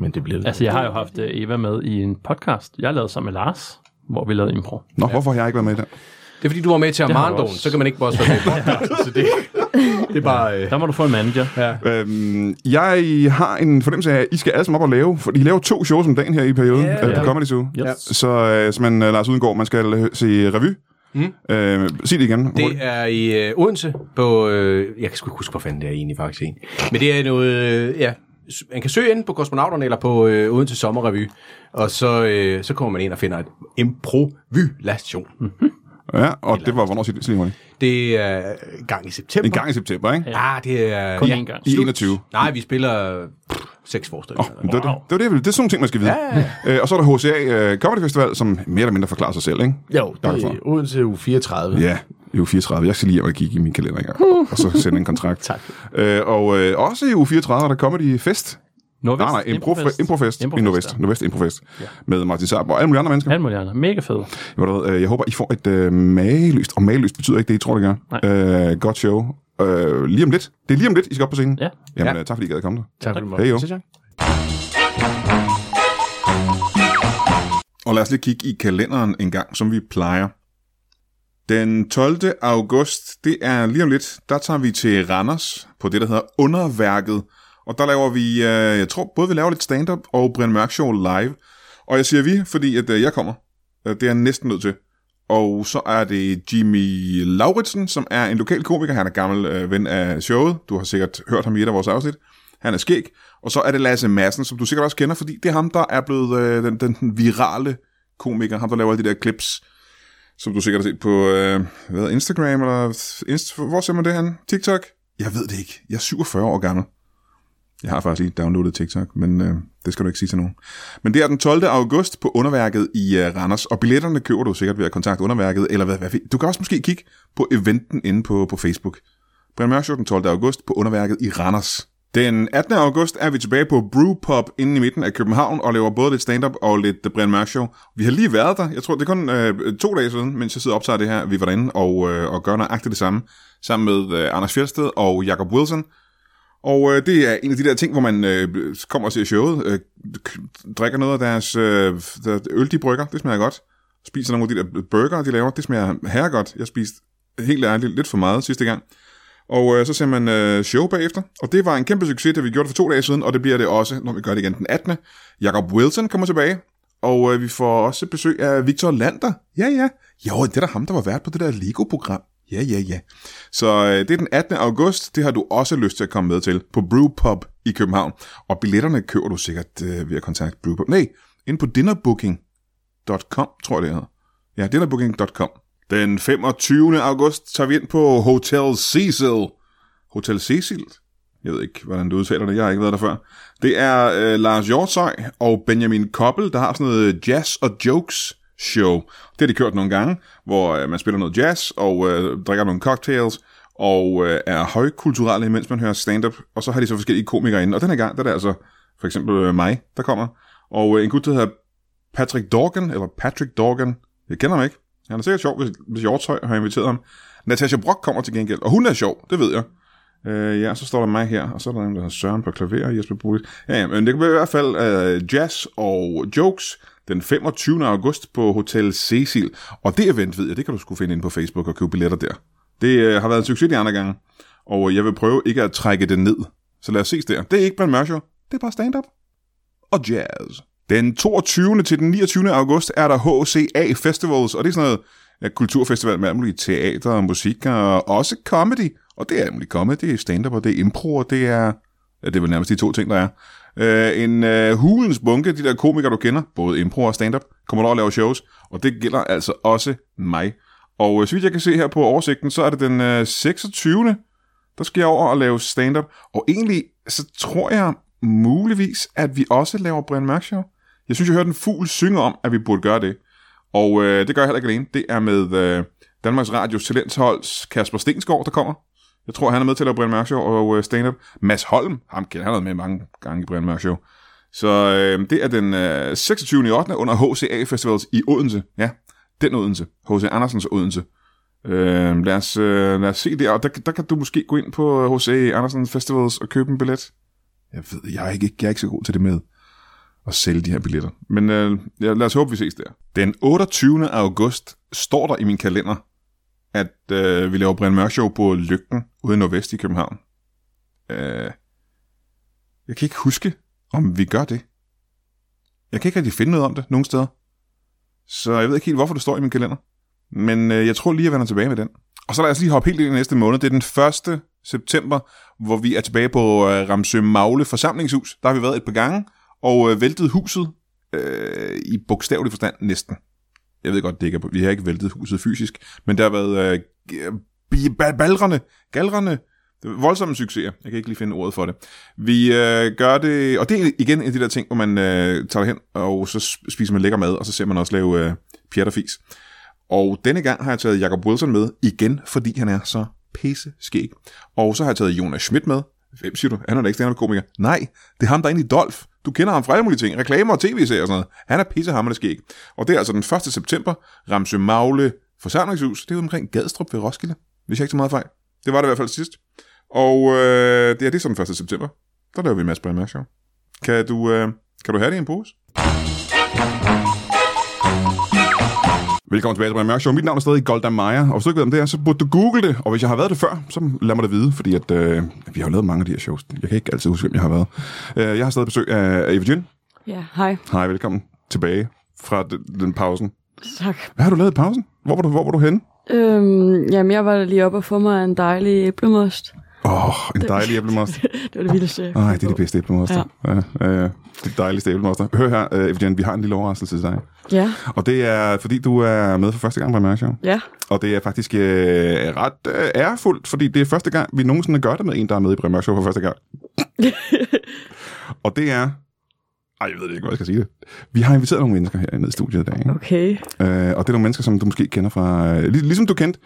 E: Men det blev det.
D: Altså, jeg har jo haft øh, Eva med i en podcast, jeg lavede sammen med Lars, hvor vi lavede impro.
A: nå, ja. hvorfor har jeg ikke været med i den?
B: Det er fordi, du var med til
D: har du
B: Armandoen,
D: også.
B: så kan man ikke bare være med. i podcasten, så det, det er bare... Øh,
D: Der må du få en manager. Ja.
A: Øhm, jeg har en fornemmelse af, at I skal alle sammen op og lave, for I laver to shows om dagen her i perioden yeah, øh, på
D: ja.
A: Comedy Zoo.
D: Yes.
A: Så øh, som man, øh, Lars Udengård, man skal øh, se revy. Mm. Øh, sig det igen.
B: det er i øh, Odense på... Øh, jeg kan sgu ikke huske, hvor fanden det er egentlig faktisk en. Men det er noget... Øh, ja, s- man kan søge ind på Kosmonauterne eller på øh, Odense Sommerrevy, og så, øh, så kommer man ind og finder et improvylation. Mm.
A: Ja, og det var, hvornår siger det? Sig det hurtigt.
B: Det er gang i september.
A: En gang i september, ikke?
B: Ja, ah, det er...
D: Kun
B: ja,
D: én gang.
A: I
B: slut.
A: 21.
B: Nej, vi spiller pff, seks forestillinger.
A: Det, var det, det, var det, jeg ville- det er sådan nogle ting, man skal vide. Ja, ja. Øh, og så er der HCA øh, Comedy Festival, som mere eller mindre forklarer sig selv, ikke?
E: Jo, det
A: Derfor.
E: er Odense u 34.
A: Ja, u 34. Jeg skal lige hjem og kigge i min kalender engang, og så sende en (laughs) kontrakt.
E: Tak.
A: Øh, og øh, også i u 34 er der Comedy Fest.
D: Nordvest,
A: Nej, nej, Improfest, Improfest, Improfest i Nordvest,
D: ja.
A: Nordvest Improfest, ja. med Martin Saab og alle mulige andre mennesker.
D: Alle mulige andre. Mega fed.
A: Ved du hvad, øh, Jeg håber, I får et øh, mageløst, og mageløst betyder ikke det, I tror, det gør. Øh, godt show. Øh, lige om lidt. Det er lige om lidt, I skal op på scenen.
D: Ja.
A: Jamen,
B: Ja.
A: øh, tak fordi I gad at komme der.
E: Tak for
A: Hej
E: det,
A: jo.
B: Synes jeg.
A: Og lad os lige kigge i kalenderen en gang, som vi plejer. Den 12. august, det er lige om lidt, der tager vi til Randers på det, der hedder Underværket. Og der laver vi, øh, jeg tror både vi laver lidt stand-up og Brian Mørk Show live. Og jeg siger vi, fordi at, øh, jeg kommer. Øh, Det er jeg næsten nødt til. Og så er det Jimmy Lauritsen, som er en lokal komiker. Han er gammel øh, ven af showet. Du har sikkert hørt ham i et af vores afsnit. Han er skæg. Og så er det Lasse Madsen, som du sikkert også kender, fordi det er ham, der er blevet øh, den, den, den virale komiker. Ham, der laver alle de der clips, som du sikkert har set på øh, hvad, Instagram. eller Insta, Hvor ser man det han? TikTok? Jeg ved det ikke. Jeg er 47 år gammel. Jeg har faktisk lige downloadet TikTok, men øh, det skal du ikke sige til nogen. Men det er den 12. august på Underværket i øh, Randers, og billetterne køber du sikkert ved at kontakte Underværket, eller hvad, hvad ved- Du kan også måske kigge på eventen inde på, på Facebook. Brian Mørk Show den 12. august på Underværket i Randers. Den 18. august er vi tilbage på Brew Pub inde i midten af København og laver både lidt stand-up og lidt øh, Brian Mørk Show. Vi har lige været der. Jeg tror, det er kun øh, to dage siden, mens jeg sidder og optager det her. Vi var derinde og, øh, og gør nøjagtigt det samme. Sammen med øh, Anders Fjeldsted og Jacob Wilson. Og øh, det er en af de der ting, hvor man øh, kommer og ser showet, øh, k- drikker noget af deres, øh, deres øl, de brygger, det smager godt. Spiser nogle af de der burger, de laver, det smager herregodt. Jeg spiste helt ærligt lidt for meget sidste gang. Og øh, så ser man øh, show bagefter, og det var en kæmpe succes, da vi gjorde det for to dage siden, og det bliver det også, når vi gør det igen den 18. Jacob Wilson kommer tilbage, og øh, vi får også besøg af Victor Lander. Ja, ja. Jo, det er da ham, der var vært på det der Lego-program. Ja, ja, ja. Så øh, det er den 18. august, det har du også lyst til at komme med til, på Brewpub i København. Og billetterne køber du sikkert øh, ved at kontakte Brewpub. Nej, inde på dinnerbooking.com, tror jeg det hedder. Ja, dinnerbooking.com. Den 25. august tager vi ind på Hotel Cecil. Hotel Cecil? Jeg ved ikke, hvordan du udtaler det. Jeg har ikke været der før. Det er øh, Lars Hjortøj og Benjamin Koppel, der har sådan noget øh, jazz og jokes show. Det har de kørt nogle gange, hvor øh, man spiller noget jazz og øh, drikker nogle cocktails og øh, er højkulturelle, mens man hører stand-up. Og så har de så forskellige komikere inde. Og den her gang, der er det altså for eksempel øh, mig, der kommer. Og øh, en gut, der hedder Patrick Dorgan, eller Patrick Dorgan. Jeg kender ham ikke. Han er sikkert sjov, hvis, hvis Hjortøj har inviteret ham. Natasha Brock kommer til gengæld, og hun er sjov, det ved jeg. Øh, ja, så står der mig her, og så er der en, der hedder Søren på klaver, og Jesper Bolig. Ja, ja, men det kan være i hvert fald øh, jazz og jokes den 25. august på Hotel Cecil. Og det event, ved jeg, det kan du skulle finde ind på Facebook og købe billetter der. Det øh, har været en succes de andre gange, og jeg vil prøve ikke at trække det ned. Så lad os ses der. Det er ikke Brian Mørk Show, det er bare stand-up og jazz. Den 22. til den 29. august er der HCA Festivals, og det er sådan noget ja, kulturfestival med alt muligt teater og musik og også comedy. Og det er alt muligt comedy, det er stand-up og det er impro, og det er, ja, det er vel nærmest de to ting, der er. Øh, en øh, hulens bunke, de der komikere, du kender, både impro og stand-up, kommer over og laver shows, og det gælder altså også mig. Og øh, så vidt jeg kan se her på oversigten, så er det den øh, 26 der skal jeg over og lave stand-up. Og egentlig, så tror jeg muligvis, at vi også laver Brian Mørk Show. Jeg synes, jeg hørte en fugl synge om, at vi burde gøre det. Og øh, det gør jeg heller ikke alene. Det er med øh, Danmarks Radios talentholds Kasper Stensgaard, der kommer. Jeg tror, han er med til at lave Brian Mørk Show og øh, stand-up. Mads Holm, ham kender han har været med mange gange i Brian Mørk Show. Så øh, det er den øh, 26. i 8. under HCA Festivals i Odense. Ja, den Odense. H.C. Andersens Odense. Øh, lad, os, øh, lad os se der, og der, der kan du måske gå ind på øh, H.C. Andersen Festivals og købe en billet. Jeg ved, jeg er ikke, jeg er ikke så god til det med at sælge de her billetter. Men øh, ja, lad os håbe, vi ses der. Den 28. august står der i min kalender, at øh, vi laver Brian Mørk Show på Lygten ude i Nordvest i København. Øh, jeg kan ikke huske, om vi gør det. Jeg kan ikke rigtig finde noget om det nogen steder. Så jeg ved ikke helt, hvorfor det står i min kalender. Men øh, jeg tror lige, jeg vender tilbage med den. Og så lad os lige hoppe helt ind i næste måned. Det er den 1. september, hvor vi er tilbage på øh, Ramsø Magle forsamlingshus. Der har vi været et par gange og øh, væltet huset øh, i bogstavelig forstand næsten. Jeg ved godt, det ikke er, vi har ikke væltet huset fysisk, men der har været øh, g- ba- balrene, galrene, voldsomme succeser. Jeg kan ikke lige finde ordet for det. Vi øh, gør det, og det er igen en af de der ting, hvor man øh, tager hen, og så spiser man lækker mad, og så ser man også lave øh, pjat og fis. Og denne gang har jeg taget Jacob Wilson med, igen fordi han er så pisse skæg. Og så har jeg taget Jonas Schmidt med. Hvem siger du? Han er da ikke stand komiker. Nej, det er ham, der er inde i Dolf. Du kender ham fra alle mulige ting. Reklamer og tv-serier og sådan noget. Han er pissehammerende skæg. Og det er altså den 1. september. Ramsø Magle forsamlingshus. Det er ude omkring Gadstrup ved Roskilde. Hvis jeg ikke tager meget fejl. Det var det i hvert fald sidst. Og øh, det er det er så den 1. september. Der laver vi en masse Brian Mørk Show. Kan du, øh, kan du have det i en pose? Velkommen tilbage til Brian Mørk Show. Mit navn er stadig Golda Meyer, og hvis du ikke ved, om det er, så burde du google det. Og hvis jeg har været det før, så lad mig det vide, fordi at, øh, vi har jo lavet mange af de her shows. Jeg kan ikke altid huske, hvem jeg har været. Øh, jeg har stadig besøg af Eva Jyn.
C: Ja, hej.
A: Hej, velkommen tilbage fra den, den pausen.
C: Tak.
A: Hvad har du lavet i pausen? Hvor var du, hvor var du henne?
C: Øhm, jamen, jeg var lige oppe og få mig en dejlig æblemost.
A: Åh, oh, en dejlig æblemost.
C: (laughs) Det var det vildeste. jeg
A: Nej,
C: fandt
A: det er de
C: på.
A: bedste æblemoster. Ja. Ja, øh, det dejligste æblemoster. Hør her, øh, Eva Jyn, vi har en lille overraskelse til dig.
C: Ja,
A: Og det er, fordi du er med for første gang på Brian Mørk Show.
C: ja.
A: Og det er faktisk øh, ret øh, ærefuldt, fordi det er første gang, vi nogensinde gør det med en, der er med i Brian Mørk Show for første gang. og det er Ej, jeg ved det ikke, hvad jeg skal sige det. Vi har inviteret nogle mennesker herinde i studiet i dag. Ikke?
C: Okay.
A: Øh, og det er nogle mennesker, som du måske kender fra... øh, Lig, ligesom du kendte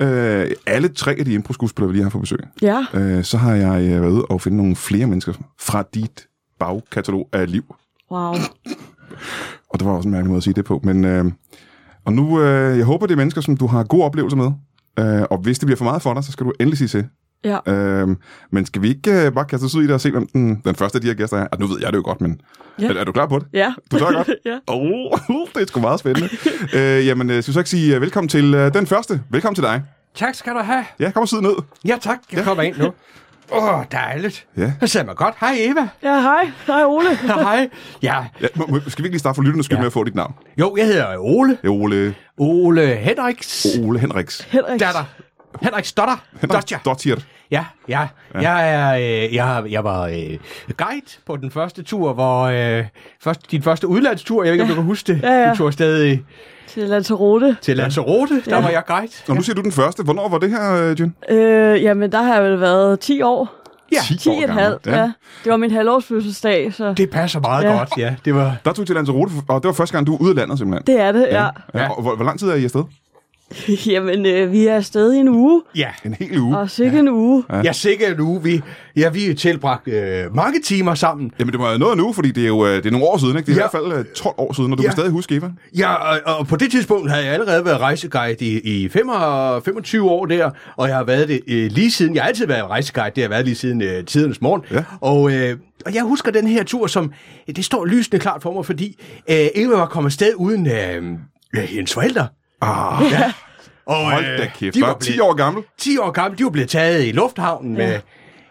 A: øh, alle tre af de impro-skuespillere, vi lige har fået besøg.
C: Ja.
A: Øh, så har jeg øh, været ude og finde nogle flere mennesker fra dit bagkatalog af liv.
C: Wow.
A: Og det var også en mærkelig måde at sige det på. Men, øh, og nu, øh, jeg håber, det er mennesker, som du har gode oplevelser med. Øh, og hvis det bliver for meget for dig, så skal du endelig sige til.
C: Ja.
A: Øh, men skal vi ikke øh, bare kaste os ud i det og se, hvem den, den første af de her gæster er? Altså, nu ved jeg det jo godt, men
C: Ja.
A: er, er du klar på det?
C: Ja.
A: Du tør godt?
C: (laughs) ja.
A: Oh, det er sgu meget spændende. øh, jamen, øh, skal vi så ikke sige øh, velkommen til øh, den første? Velkommen til dig.
B: Tak skal du have.
A: Ja, kom og sidde ned.
B: Ja, tak. Jeg kommer ind (laughs) nu. Åh, oh, dejligt.
A: Ja.
B: Det ser mig godt. Hej, Eva.
C: Ja, hej. Hej,
A: (laughs)
C: Ole.
B: Hej. Ja.
A: ja må, må, skal vi ikke lige starte for lytterne skyld ja.
B: Ja.
A: med at få dit navn?
B: Jo, jeg hedder Ole.
A: Ja, Ole,
B: Ole Henriks.
A: Ole Henriks.
C: Henrik.
B: Datter. Henrik Stotter. Dotcher.
A: Dottier.
B: Ja, ja. Jeg, er, øh, jeg, jeg var øh, guide på den første tur, hvor øh, første, din første udlandstur, jeg ved ikke, om du kan huske det,
C: Ja, ja.
B: du tog afsted øh,
C: Til Lanzarote.
B: til Lanzarote, der var jeg guide.
A: Og nu siger du den første. Hvornår var det her, øh, Jyn?
C: Øh, jamen, der har jeg vel været 10 år.
B: Ja,
A: 10
C: 10
A: år
C: et
A: gammel.
C: halvt, ja. ja. Det var min halvårsfødselsdag, så det,
B: Det passer meget
C: Ja.
B: ja. godt, ja. Det var
A: Der tog I til Lanzarote, og det var første gang, du var ude af landet simpelthen.
C: det er det, ja. (laughs)
A: Ja. Og hvor, hvor lang tid er I afsted?
C: Jamen, øh, vi er afsted i en uge,
B: ja.
A: En hel uge.
C: og sikke en uge.
B: Jeg er sikker nu, vi, ja, vi tilbragte øh, mange timer sammen.
A: Jamen, det var noget nu, fordi det er jo øh, det er nogle år siden, ikke? Det er ja.
B: Ja.
A: i hvert fald øh, 12 år siden, og du ja.
B: Ja.
A: kan stadig huske Eva.
B: Ja, og, og på det tidspunkt havde jeg allerede været rejseguide i, i 5 25 år der, og jeg har været det øh, lige siden, jeg har altid været rejseguide, det har jeg været lige siden øh, tidens morgen,
A: Ja.
B: og, øh, og jeg husker den her tur, som øh, det står lysende klart for mig, fordi øh, Eva var kommet afsted uden øh, øh, hendes forældre. Ah. Ja. Og, øh,
A: Hold da kæft.
B: de
A: De
B: var
A: 10 år gammel.
B: 10 år gammel, de var blevet taget i lufthavnen ja. med,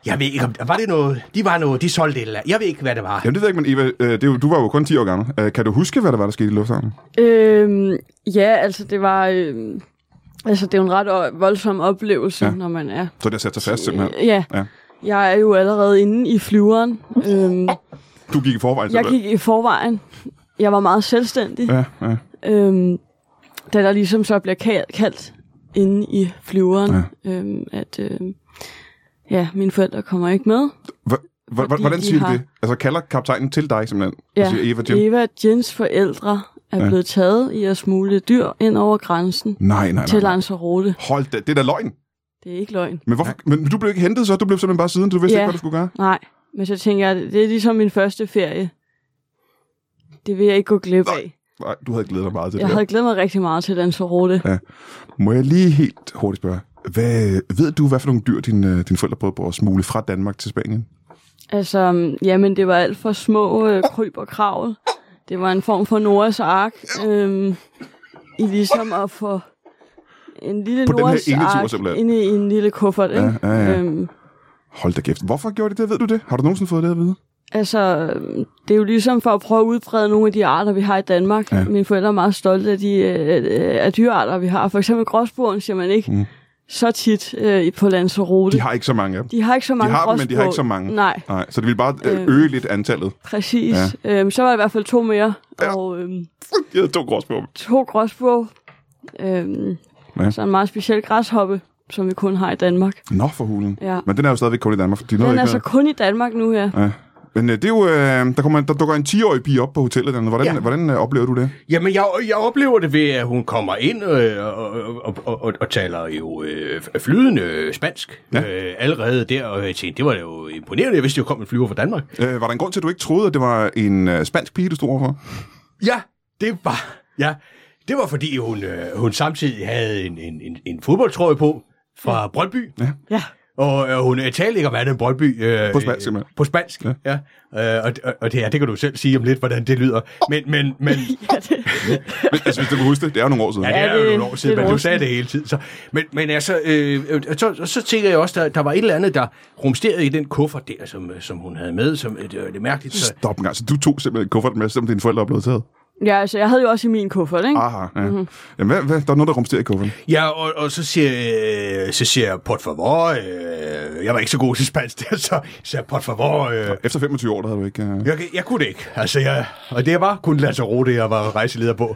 B: jeg ved ikke, om, var det noget, de var noget, de solgte et eller andet. jeg ved ikke, hvad det var.
A: Jamen, det ved jeg ikke, men Eva, øh, det er jo, du var jo kun 10 år gammel. Øh, kan du huske, hvad der var, der skete i lufthavnen?
C: Øhm, ja, altså, det var... Øhm, altså, det er jo en ret o- voldsom oplevelse,
A: Ja.
C: ja. når man er...
A: Så det satte sig fast simpelthen.
C: Ja.
A: Ja.
C: ja. Jeg er jo allerede inde i flyveren. Øhm,
A: Du gik i forvejen
C: jeg
A: simpelthen.
C: gik i forvejen. Jeg var meget selvstændig.
A: Altså, Ja, ja.
C: Øhm, da der ligesom så bliver ka- kaldt inde i flyveren, ja. øhm, at øhm, ja, mine forældre kommer ikke med.
A: Hva- hva- hva-
C: Fordi
A: Hvordan
C: de
A: siger du
C: har-
A: det? Altså, kalder kaptajnen til dig simpelthen?
C: Ja,
A: Og siger Altså, Eva Jim?
C: Eva Jens forældre er
A: Ja.
C: ja. blevet taget i at smule dyr ind over grænsen
A: Nej, nej,
C: til
A: nej. nej.
C: Lanzarote.
A: Hold da, det er da løgn.
C: Det er ikke løgn.
A: Men, hvorfor, men du blev ikke hentet så? Du blev simpelthen bare siden, du vidste
C: Ja.
A: ikke, hvad du skulle gøre?
C: Nej, men så tænker jeg, det er ligesom min første ferie. Det vil jeg ikke gå glip af.
A: Nej, du havde glædet dig meget til
C: Jeg
A: det.
C: havde glædet mig rigtig meget til Lanzarote.
A: Må jeg lige helt hurtigt spørge, hvad, ved du, hvad for nogle dyr dine øh, dine forældre prøvede på at smule fra Danmark til Spanien?
C: Altså, mm, jamen, det var alt for små øh, kryb og kravl. Det var en form for Noras ark. Øhm, I ligesom at få en lille
A: På den her
C: Noras
A: ene tur,
C: ark
A: simpelthen.
C: ind i en lille kuffert, ikke?
A: Ja, ja, ja.
C: Øhm,
A: Hold da kæft. Hvorfor gjorde de det? Ved du det? Har du nogensinde fået det at vide?
C: altså, øhm, det er jo ligesom for at prøve at udbrede nogle af de arter, vi har i Danmark.
A: Ja.
C: Ja. Mine forældre er meget stolte af de øh, øh, af dyrearter, vi har. For eksempel gråsbogen siger man ikke
A: Mm.
C: mm. så tit øh, i- på Lanzarote.
A: De har ikke så mange af dem.
C: de har ikke så mange
A: har dem, men de har
C: gråsbog.
A: ikke så mange.
C: Nej.
A: Nej, så det ville bare øh,
C: Øh.
A: øge lidt antallet.
C: Præcis. Ja. Øhm, så var der i hvert fald to mere,
A: Ja.
C: ja. og øhm,
A: De havde to gråsbog.
C: to gråsbog, øhm,
A: Ja.
C: ja. så en meget speciel græshoppe, som vi kun har i Danmark.
A: Nå for hulen.
C: Ja.
A: Men den er jo stadigvæk kun i Danmark. fordi De nåede
C: Den
A: ikke
C: er så
A: noget.
C: kun i Danmark nu her.
A: Ja. Men øh, det er jo, øh, der, kommer, en- der dukker en 10-årig pige op på hotellet. dernede. Hvordan, ja.
B: Ja.
A: hvordan øh, oplever du det?
B: Jamen, jeg, jeg oplever det ved, at hun kommer ind øh, og, og, og, og, og taler jo øh, flydende øh, spansk
A: Ja.
B: ja. øh, allerede der, og jeg tænkte, det var da jo imponerende, jeg vidste, det jo kom en flyver fra Danmark.
A: Øh, var der en grund til, at du ikke troede, at det var en øh, spansk pige, du stod overfor?
B: Ja, det var, ja, det var fordi hun, øh, hun samtidig havde en, en, en, en fodboldtrøje på fra Brøndby,
C: Ja.
B: og øh, hun øh, talte ikke om andet end Brøndby. Øh,
A: På spansk,
B: øh,
A: simpelthen.
B: På spansk, ja. ja. Øh, og, og, og det, ja, det kan du selv sige om lidt, hvordan det lyder. Men, men,
A: (laughs)
B: men,
C: ja det,
A: Men, altså, hvis du kan huske det, det er jo nogle år siden.
B: Ja, det
C: Ja,
B: er jo
C: det-
B: nogle år siden,
C: det er
B: men du
C: rustent.
B: sagde det hele tiden. Så. Men, men altså, øh, øh, så, så, så tænker jeg også, der, der var et eller andet, der rumsterede i den kuffert der, som, øh, som hun havde med, som øh, det var lidt mærkeligt. Så,
A: Stop en gang. Så du tog simpelthen kuffert med, selvom dine forældre er blevet taget?
C: ja, altså, jeg havde jo også i min kuffert, ikke?
A: Aha, ja.
C: Mhm.
A: Mm-hmm. Jamen, hvad, hvad, der er noget, der rumsterer i kufferten.
B: ja, og, og så siger, øh, så siger jeg, port favor, øh, jeg var ikke så god til spansk der, så siger jeg, port favor, øh,
A: Efter 25 år, der havde du ikke... Uh...
B: jeg, kan- jeg kunne det ikke. Altså, jeg, og det var kun Lanzarote, jeg var rejseleder på.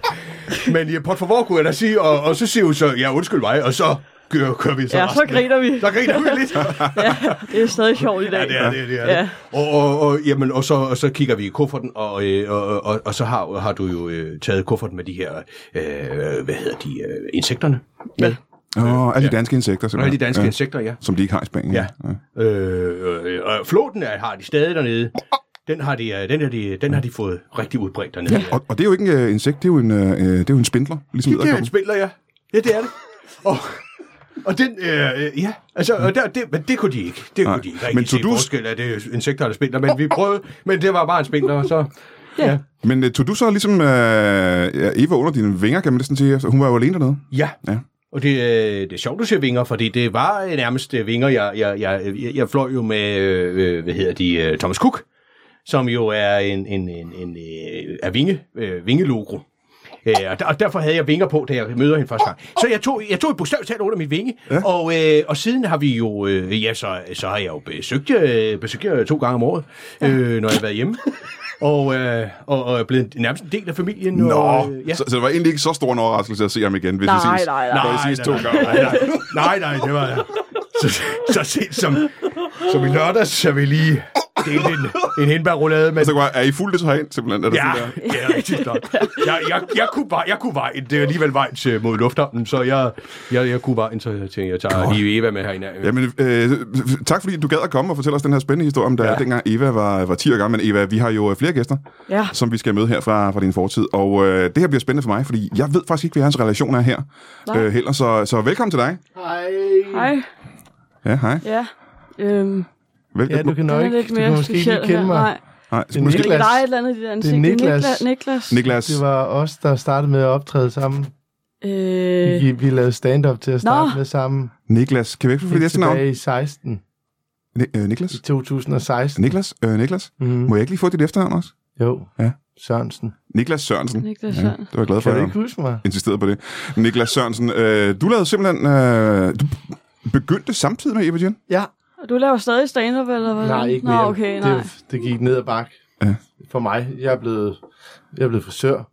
B: Men ja, port favor kunne jeg da sige, og, og så siger hun så, ja, undskyld mig, og så kører, kører vi så
C: Ja,
B: resten
C: så
B: af-
C: griner vi.
B: Så griner vi lidt.
C: (laughs) Det er stadig sjovt i dag.
B: Ja, det er det, det er det.
C: Ja.
B: Og, og, og, jamen, og, så, og så kigger vi i kufferten, og, øh, og, og, og så har, har du jo øh, taget kufferten med de her, øh, hvad hedder de, øh, insekterne med. Ja.
A: Åh, oh, alle de danske insekter,
B: Og alle de danske ja.
A: Ja.
B: insekter, ja.
A: Som de ikke har i Spanien.
B: Ja. Øh, øh, og flåten er, har de stadig dernede. Den har de, øh, den har de, den har de fået rigtig udbredt dernede. Ja.
A: Og, og det er jo ikke en øh, insekt, det er jo en, øh, øh, det er jo en spindler, ligesom
B: Det er en
A: edderkoppen.
B: spiller, ja. Ja, det er det. Og, og den, øh, øh, ja, altså, og der, det, men det kunne de ikke. Det
A: Nej.
B: kunne de ikke rigtig
A: Men
B: men se
A: Tudus-
B: forskel af det insekter eller spindler, men vi prøvede, men det var bare en spindler, og så... Ja.
A: Men øh, tog du så ligesom øh, ja, Eva under dine vinger, kan man næsten sige, efter hun var jo alene dernede.
B: Ja.
A: Ja.
B: Og det, øh, det er sjovt, du siger vinger, fordi det var øh, nærmest øh, vinger. Jeg, jeg, jeg, jeg, jeg fløj jo med, øh, øh, hvad hedder de, øh, Thomas Cook, som jo er en, en, en, en øh, er vinge, øh, vingelogo. Øh, og, der, og derfor havde jeg vinger på, da jeg møder hende første gang. Så jeg tog, jeg tog et bogstav talt under mit vinge, ja. og, øh, og siden har vi jo, øh, ja, så, så har jeg jo besøgt jer, øh, besøgt jer to gange om året, øh, når jeg har været
A: (laughs)
B: hjemme. Og, øh, og, og er blevet nærmest en del af familien. og, øh,
A: så, så det var egentlig ikke så stor en overraskelse at se ham igen, hvis vi
C: Nej,
A: ses.
C: nej, nej.
A: Når I ses to gange.
B: nej, nej, nej, nej, det var så, så sent som, som i lørdags, så vi lige delte en, en hindbærrullade med...
A: Så kan jeg bare, er I fuldt så herind, simpelthen? Er det
B: Ja,
A: sådan der?
B: det er rigtigt nok. Jeg, jeg, jeg, kunne bare, jeg kunne vejen. Det er alligevel vejen til, mod lufthavnen, så jeg, jeg, jeg kunne vejen, så jeg tænkte, jeg tager lige Eva med herinde. Ja.
A: Jamen, øh, tak fordi du gad at komme og fortælle os den her spændende historie om, da ja. dengang Eva var, var 10 år gammel. Men Eva, vi har jo øh, flere gæster,
C: Ja.
A: som vi skal møde her fra, fra din fortid. Og øh, det her bliver spændende for mig, fordi jeg ved faktisk ikke, hvad hans relation er her
C: Nej.
A: øh, heller. Så, så velkommen til dig.
E: Hej.
C: Hej.
A: Ja, hej.
C: Ja. Øhm,
A: Vel,
E: Ja, du kan
C: den
E: nok
C: er
E: ikke,
C: lidt
E: du
C: mere
E: kan måske ikke
C: speciel
E: lige kende
C: her.
E: mig.
C: Nej.
A: Nej, så
E: Det er
A: måske
E: Niklas.
C: Der er et eller andet i dit ansigt. Det er
E: Niklas.
C: Niklas. Niklas.
A: Niklas.
E: Det var os, der startede med at optræde sammen.
C: Øh,
E: Vi, vi lavede stand-up til at starte
C: Nå.
E: med sammen.
A: Niklas. Kan vi ikke få dit efternavn?
E: Tilbage i 16.
A: Ni- øh, Niklas?
E: I 2016.
A: Niklas? Øh, Niklas?
E: Mm.
A: Må jeg ikke lige få dit efternavn også?
E: Jo.
A: Ja.
E: Sørensen.
A: Niklas Sørensen.
C: Niklas
A: Ja,
C: Sørensen.
A: det var jeg glad for,
E: Kan
A: at
E: du
A: jeg
E: ikke huske mig?
A: insisterede på det. Niklas Sørensen, øh, du lavede simpelthen... Øh, du begyndte samtidig med Eva Jean.
E: Ja.
C: Og du laver stadig stand-up, eller hvad?
E: Nej, ikke
C: Nå,
E: mere.
C: okay, nej.
E: Det, det gik ned ad bak.
A: Ja.
E: For mig. Jeg er blevet, jeg er blevet frisør.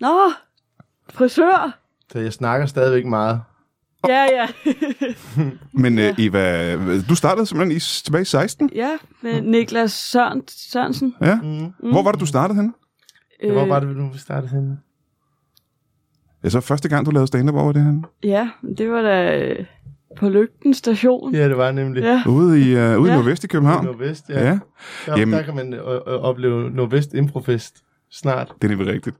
C: Nå, frisør.
E: Så jeg snakker stadigvæk meget.
C: Ja, ja.
A: Men øh, Eva, du startede simpelthen i, tilbage i 16.
C: ja, med Niklas Søren, Sørensen.
A: Ja.
E: Mm.
A: Hvor var det, du startede henne?
E: Øh. Hvor var det, du startede henne?
A: Ja, så første gang, du lavede stand-up over det her.
C: Ja, det var da øh, på Lygten station.
E: Ja, det var nemlig.
C: Ja.
A: Ude i, øh, ude ja. i
C: Ja.
A: Nordvest i København.
E: Nordvest, ja.
A: Ja. ja.
E: Der,
A: Jamen.
E: der kan man øh, øh, opleve Nordvest Improfest snart.
A: det er nemlig rigtigt.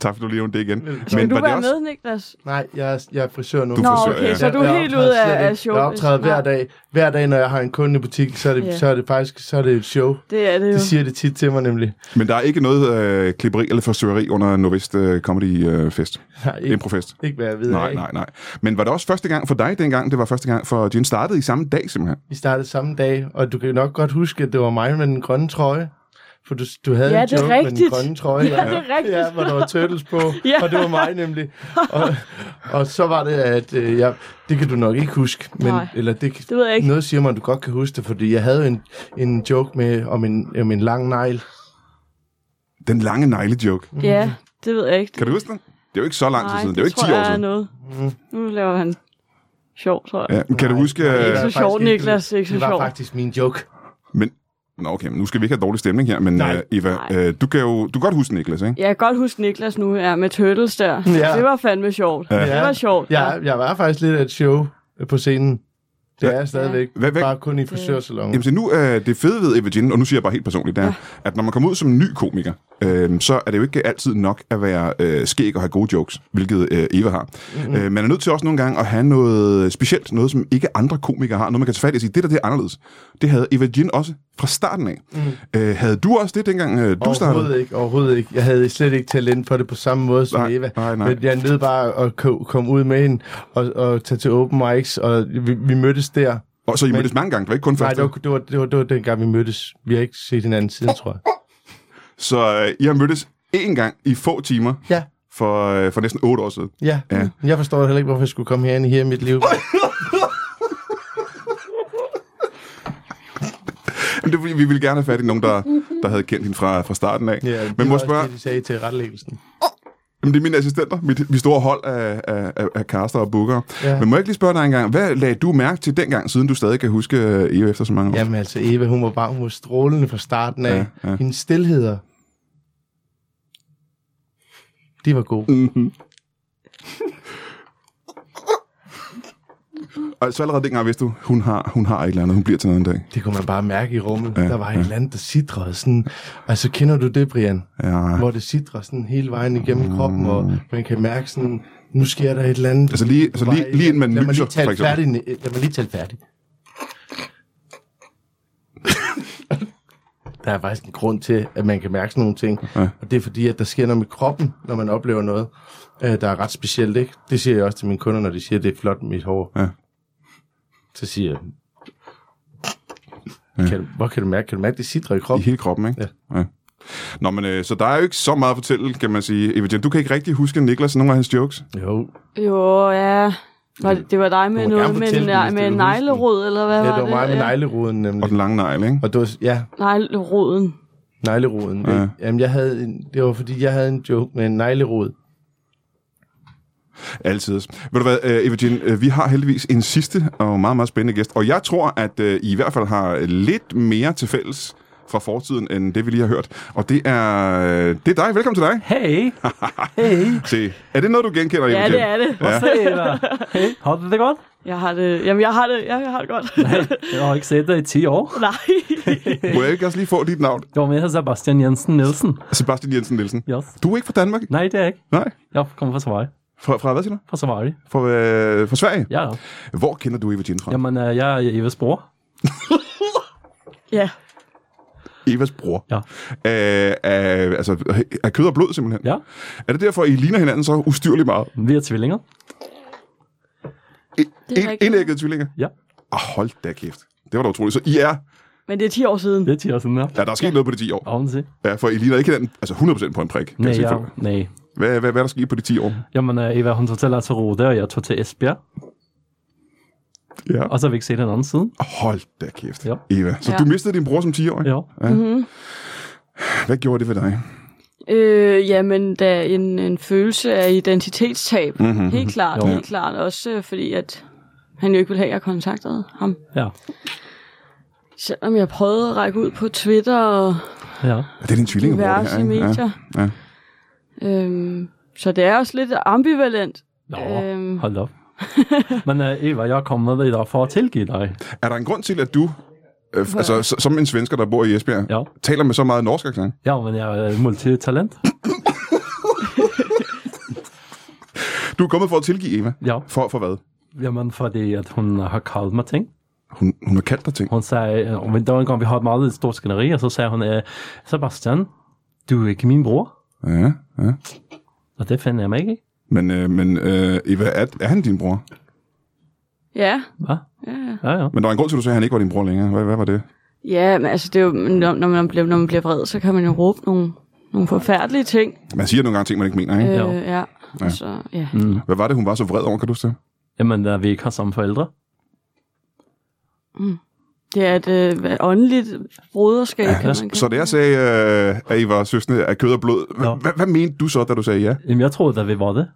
A: Tak fordi du lige nævnte det igen.
E: Velbekomme.
C: Skal
A: Men
C: du
A: var det
C: være
A: også-
C: med, Niklas?
E: Nej, jeg er, jeg er frisør nu.
A: Du er
C: Nå,
A: frisør, ja.
C: okay, så
E: Jeg-
C: du er
E: jeg
C: helt
E: optræder
C: ude
E: slet
C: af, af
E: ikke.
C: showet.
E: Jeg optræder hver dag. Hver dag, når jeg har en kunde i butik, så er det,
C: Ja.
E: så er det faktisk så er det et show.
C: Det er det jo.
E: Det siger det tit til mig nemlig.
A: Men der er ikke noget øh, klipperi eller forsøgeri under Nordvest øh, Comedy øh, Fest.
E: Nej, ikke,
A: Improfest.
E: ikke hvad jeg ved
A: Nej,
E: af.
A: nej, nej. Men var det også første gang for dig dengang? Det var første gang, for Jen startede i samme dag simpelthen.
E: Vi startede samme dag, og du kan nok godt huske, at det var mig med den grønne trøje. For du, du havde
C: Ja,
E: en
C: det er
E: joke med den
C: rigtigt.
E: grønne trøje.
C: Ja, det er rigtigt.
E: Ja, hvor der var turtles på, ja.
C: (laughs) Ja.
E: og det var mig nemlig. Og, og så var det, at øh, jeg, det kan du nok ikke huske, men,
C: Nej,
E: eller det,
C: det ved jeg ikke.
E: noget siger mig, at du godt kan huske det, fordi jeg havde en, en joke med om en, om en lang negl.
A: Den lange negle-joke.
C: Ja, det ved jeg ikke.
A: Kan du huske den? Det er jo ikke så lang tid siden. Det er jo ikke 10
C: tror
A: år
C: jeg er
A: siden.
C: noget.
E: Mm.
C: Nu laver han sjov, tror jeg.
A: Ja, men kan du
E: Nej,
A: huske...
E: nej,
A: øh,
E: det var
C: Ikke så
E: faktisk
C: sjovt, Niklas, ikke så
E: Det var
C: sjovt.
E: faktisk min joke.
A: Men, nå okay, men nu skal vi ikke have dårlig stemning her, men
E: Nej.
A: øh, Eva,
C: Nej.
A: øh, du kan jo du kan godt huske Niklas, ikke?
C: Jeg kan godt huske Niklas nu her med Turtles der.
E: Ja.
C: Det var fandme sjovt.
A: Ja.
C: Det var sjovt.
E: Jeg, jeg var faktisk lidt af et show øh, på scenen. Det
A: Ja.
E: er jeg stadigvæk.
A: Hvad- hvad-
E: Bare kun i frisørsalongen.
A: Jamen se, nu øh, det fede ved Eva Jean, og nu siger jeg bare helt personligt, det er, ja. at når man kommer ud som ny komiker, øh, så er det jo ikke altid nok at være øh, skæg og have gode jokes, hvilket øh, Eva har. Mm-hmm. Øh, man er nødt til også nogle gange at have noget specielt, noget som ikke andre komikere har, noget man kan tage fat i og sige, det der det er anderledes. Det havde Eva Jean også fra starten af. Mm. Øh, havde du også det, dengang øh, du startede?
E: Overhovedet ikke, overhovedet ikke. Jeg havde slet ikke talent for det på samme måde som
A: Nej,
E: Eva.
A: nej, nej.
E: Men jeg nød bare at ko- komme ud med hende og, og tage til open mics, og vi, vi mødtes der.
A: Og så I
E: Men-
A: mødtes mange gange, det var ikke kun
E: Nej,
A: første.
E: det var, det, var, det, var, det var dengang, vi mødtes. Vi har ikke set hinanden siden, tror jeg.
A: Så øh, I har mødtes én gang i få timer
E: Ja,
A: for, øh, for næsten otte år siden.
E: ja.
A: Ja.
E: ja. Jeg forstår heller ikke, hvorfor jeg skulle komme herind her i mit liv.
A: Jamen, det er fordi, vi ville gerne have fat i nogen, der, der havde kendt hende fra, fra starten af.
E: Ja,
A: Men
E: det var
A: må jeg
E: også
A: spørge,
E: det, de sagde til retlæggelsen.
A: Jamen, det er mine assistenter, mit, mit store hold af, af, af, af caster og bookere. Ja.
E: Ja.
A: Men må jeg ikke lige spørge dig engang, hvad lagde du mærke til dengang, siden du stadig kan huske øh, Eva efter så mange år?
E: Jamen altså, Eva, hun var bare hun var strålende fra starten af.
A: Ja,
E: Ja,
A: ja.
E: ja. Hendes stillheder. Det var god.
A: Og så allerede dengang vidste du, hun har, hun har et eller andet, hun bliver til noget en dag.
E: Det kunne man bare mærke i rummet.
A: Ja,
E: Ja, der var ja. et eller andet, der sidrede sådan. Altså, kender du det, Brian?
A: Ja.
E: Hvor det sidrer sådan hele vejen igennem kroppen, og man kan mærke sådan, nu sker der et eller andet.
A: Altså lige- altså
E: På vej
A: lige- lige inden man
E: Lad mig
A: nyser, for
E: lige tale
A: eksempel.
E: færdig. Lad mig lige tale
A: (laughs)
E: færdig. der er faktisk en grund til, at man kan mærke sådan nogle ting.
A: Ja.
E: Ja. Og det er fordi, at der sker noget med kroppen, når man oplever noget, øh, der er ret specielt. Ikke? Det siger jeg også til mine kunder, når de siger, at det er flot med mit hår.
A: Ja.
E: Så siger jeg, kan du, hvor kan du mærke? Kan du mærke, det sidder i
A: I
E: kroppen?
A: hele kroppen, ikke? Ja. ja. Nå, men øh, så der er jo ikke så meget at fortælle, kan man sige. Eva Jane, du kan ikke rigtig huske Niklas nogle af hans jokes.
E: Jo,
C: Jo, ja. Var det, det var dig med
E: må
C: noget
E: gerne
C: med,
E: fortælle
C: en-
E: den, hvis
C: med
E: du
C: en
E: vil huske den.
C: neglerod, eller hvad
E: ja,
C: var
E: det
C: det?
E: var mig med negleroden
A: Og
E: nemlig.
A: den lange negl, ikke?
E: Og det var, ja,
C: Negleroden.
E: negleroden.
A: Ja.
E: Ja. Jamen, jeg havde en, det var fordi, jeg havde en joke med en neglerod.
A: Altid. Ved du hvad, øh, Eva Jean, øh, vi har heldigvis en sidste og meget, meget spændende gæst. Og jeg tror, at øh, I i hvert fald har lidt mere til fælles fra fortiden, end det vi lige har hørt. Og det er, øh, det er dig. Velkommen til
C: (laughs)
A: dig.
D: Hey,
A: Se, er det noget, du genkender, Eva
C: Ja,
A: Jean?
C: det er det.
D: så Eva. Hey, har du det godt?
C: Jeg har det, jamen, jeg har det, ja, jeg har det godt.
D: Jeg har ikke set dig i 10 år.
C: (laughs) Nej.
A: Må jeg ikke også lige få dit navn?
D: Jo, men jeg hedder Sebastian Jensen Nielsen.
A: Sebastian Jensen Nielsen.
D: Yes.
A: Du er ikke fra Danmark?
D: Nej, det er jeg ikke.
A: Nej.
D: Jeg kommer fra Sverige.
A: Fra, fra hvad siger du?
D: Fra Sverige.
A: Fra, øh, fra Sverige?
D: Ja, ja.
A: Hvor kender du Eva Jean fra?
D: Jamen, øh, jeg er Evas bror.
C: ja,
A: Evas bror.
D: Ja.
A: Af, af, altså, af kød og blod, simpelthen.
D: Ja,
A: Er det derfor, I ligner hinanden så ustyrligt meget?
D: vi er tvillinger.
C: Det er
A: Ind-
C: rigtigt.
A: Indæggede tvillinger?
D: Ja.
A: Ah, hold da kæft. Det var da utroligt. Så I er...
C: men det er 10 år siden.
D: Det er 10 år siden, ja.
A: Ja, der er sket noget på de 10 år.
D: Og hun siger,
A: Ja, for I ligner ikke hinanden altså 100% på en prik. Kan
D: nej,
A: jeg sige.
D: ja,
A: For-
D: nej.
A: Hvad, hvad, hvad er der sket på de 10 år?
D: Jamen, øh, Eva, hun tog til Laterode, og jeg tog til Esbjerg.
A: Ja. Ah,
D: Og så har vi ikke set hinanden siden.
A: Hold da kæft,
D: Ja.
A: Eva. Så
C: Ja.
A: du mistede din bror som 10-årig?
D: Jo.
A: Hvad gjorde det ved dig?
C: Øh, jamen, der er en, en følelse af identitetstab.
A: Mhm.
C: Mm-hmm. Helt klart,
D: Jo.
C: helt klart. Også øh, fordi, at han jo ikke ville have, at jeg kontaktede ham.
D: Ja.
C: Selvom jeg prøvede at række ud på Twitter og
D: Ja.
A: Er det din tvillingebror, det her?
C: diverse
A: ikke?
C: medier.
A: Ja, ja.
C: Øhm, så det er også lidt ambivalent.
D: Nå,
C: Øhm.
D: hold op. Men øh, Eva, jeg er kommet i dag for at tilgive dig.
A: Er der en grund til, at du, øh, altså, s- som en svensker, der bor i Esbjerg,
D: Ja.
A: taler med så meget norsk accent?
D: Ja, men jeg er multitalent.
A: Du er kommet for at tilgive Eva.
D: Ja.
A: For, for hvad?
D: Jamen, fordi at hun har kaldt mig ting.
A: Hun, hun har kaldt dig ting.
D: Hun sagde, øh, men der var en gang, vi havde et meget stort skænderi, og så sagde hun, øh, Sebastian, du er ikke min bror.
A: Ja, ja.
D: Og det finder jeg mig ikke i.
A: Men, øh, men øh, Eva, er, er han din bror?
C: Ja,
D: Hva?
C: ja.
D: Ja, ja.
A: Men der var en grund til, at du sagde, at han ikke var din bror længere. Hvad, hvad var det?
C: Ja, men altså, det er jo, når, når, man bliver, når man bliver vred, så kan man jo råbe nogle, nogle forfærdelige ting.
A: Man siger nogle gange ting, man ikke mener, ikke?
C: Øh,
A: Øh.
D: Jo.
C: ja. Og så, ja.
A: Hvad var det, hun var så vred over, kan du huske det?
D: Jamen, øh, vi ikke har samme forældre.
C: Det er et øh, åndeligt broderskab, ja, kan man kalde
A: Så da jeg sagde, øh, at I var søsne af kød og blod,
D: Nå.
A: hvad, hvad mente du så, da du sagde ja?
D: Jamen, jeg troede, at vi var det.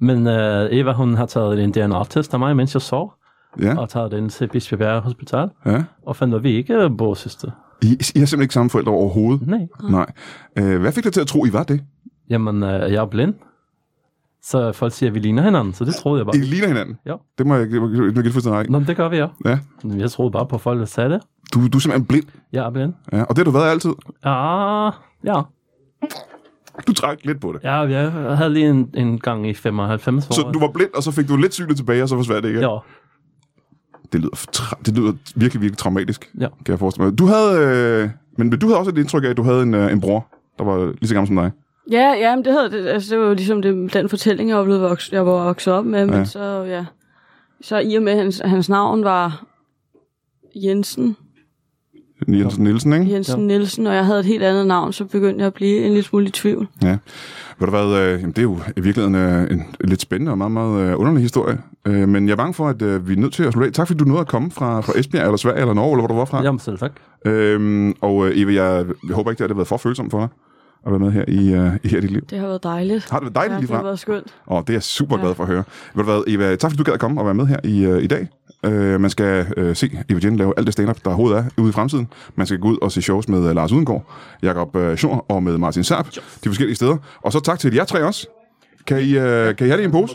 D: Men øh, Eva, hun har taget en DNA-test af mig, mens jeg sov,
A: Ja,
D: og taget den til Bispebjerg Hospital,
A: ja.
D: og fandt, at vi ikke er brorsøster.
A: I, I har simpelthen ikke samme forældre overhovedet?
D: Nej.
A: Nej. Øh, hvad fik dig til at tro, I var det?
D: Jamen, øh, jeg er blind. Så folk siger, at vi ligner hinanden, så det troede jeg
A: I
D: bare.
A: ligner hinanden?
D: Ja.
A: Det må jeg ikke fuldstændig række.
D: Nå, men det gør vi jo.
A: Ja.
D: Jeg troede bare på, at folk der sagde det.
A: Du, du er simpelthen blind.
D: Jeg er blind.
A: Ja, og det har du været altid.
D: Ah, ja.
A: Du trak lidt på det.
D: Ja, jeg havde lige en, en gang i 95 år.
A: Så du var blind, og så fik du lidt synet tilbage, og så forsvandt det igen.
D: Ja,
A: Det lyder, tra- det lyder virkelig, virkelig traumatisk,
D: Ja.
A: kan jeg forestille mig. Du havde, øh, men du havde også et indtryk af, at du havde en, øh, en bror, der var lige så gammel som dig.
C: Ja, ja, men det, havde, det, altså, det var jo ligesom det, den fortælling, jeg var, blevet voks, jeg var vokset op med, men
A: Ja.
C: så, ja. Så i og med, at hans, hans navn var Jensen,
A: Jensen Nielsen, ikke?
C: Jensen ja. Nielsen, og jeg havde et helt andet navn, så begyndte jeg at blive en lille smule i tvivl.
A: Ja. Ved du hvad, øh, jamen, det er jo i virkeligheden øh, en, en lidt spændende og meget, meget øh, underlig historie. Øh, men jeg er bange for, at øh, vi er nødt til at slutte af. Tak fordi du nåede at komme fra, fra Esbjerg, eller Sverige, eller Norge, eller hvor du var fra.
D: jamen selv tak.
A: Øhm, og øh, Eva, jeg, jeg håber ikke, det har været for følsomt for dig. at være med her i, øh, i her dit liv.
C: Det har været dejligt.
A: Har det været dejligt
C: ja,
A: lige
C: det har
A: fra?
C: været skønt.
A: Og det er jeg super
C: Ja.
A: glad for at høre. Ved du hvad, Eva, tak fordi du gad at komme og være med her i, øh, i dag. Øh, man skal øh, se Eva Jen lave alt det stand-up, der overhovedet er ude i fremtiden. Man skal gå ud og se shows med øh, Lars Udengård, Jakob øh, Schor og med Martin Serp, de forskellige steder. Og så tak til jer tre også. Kan I, øh, kan I have det i en pose?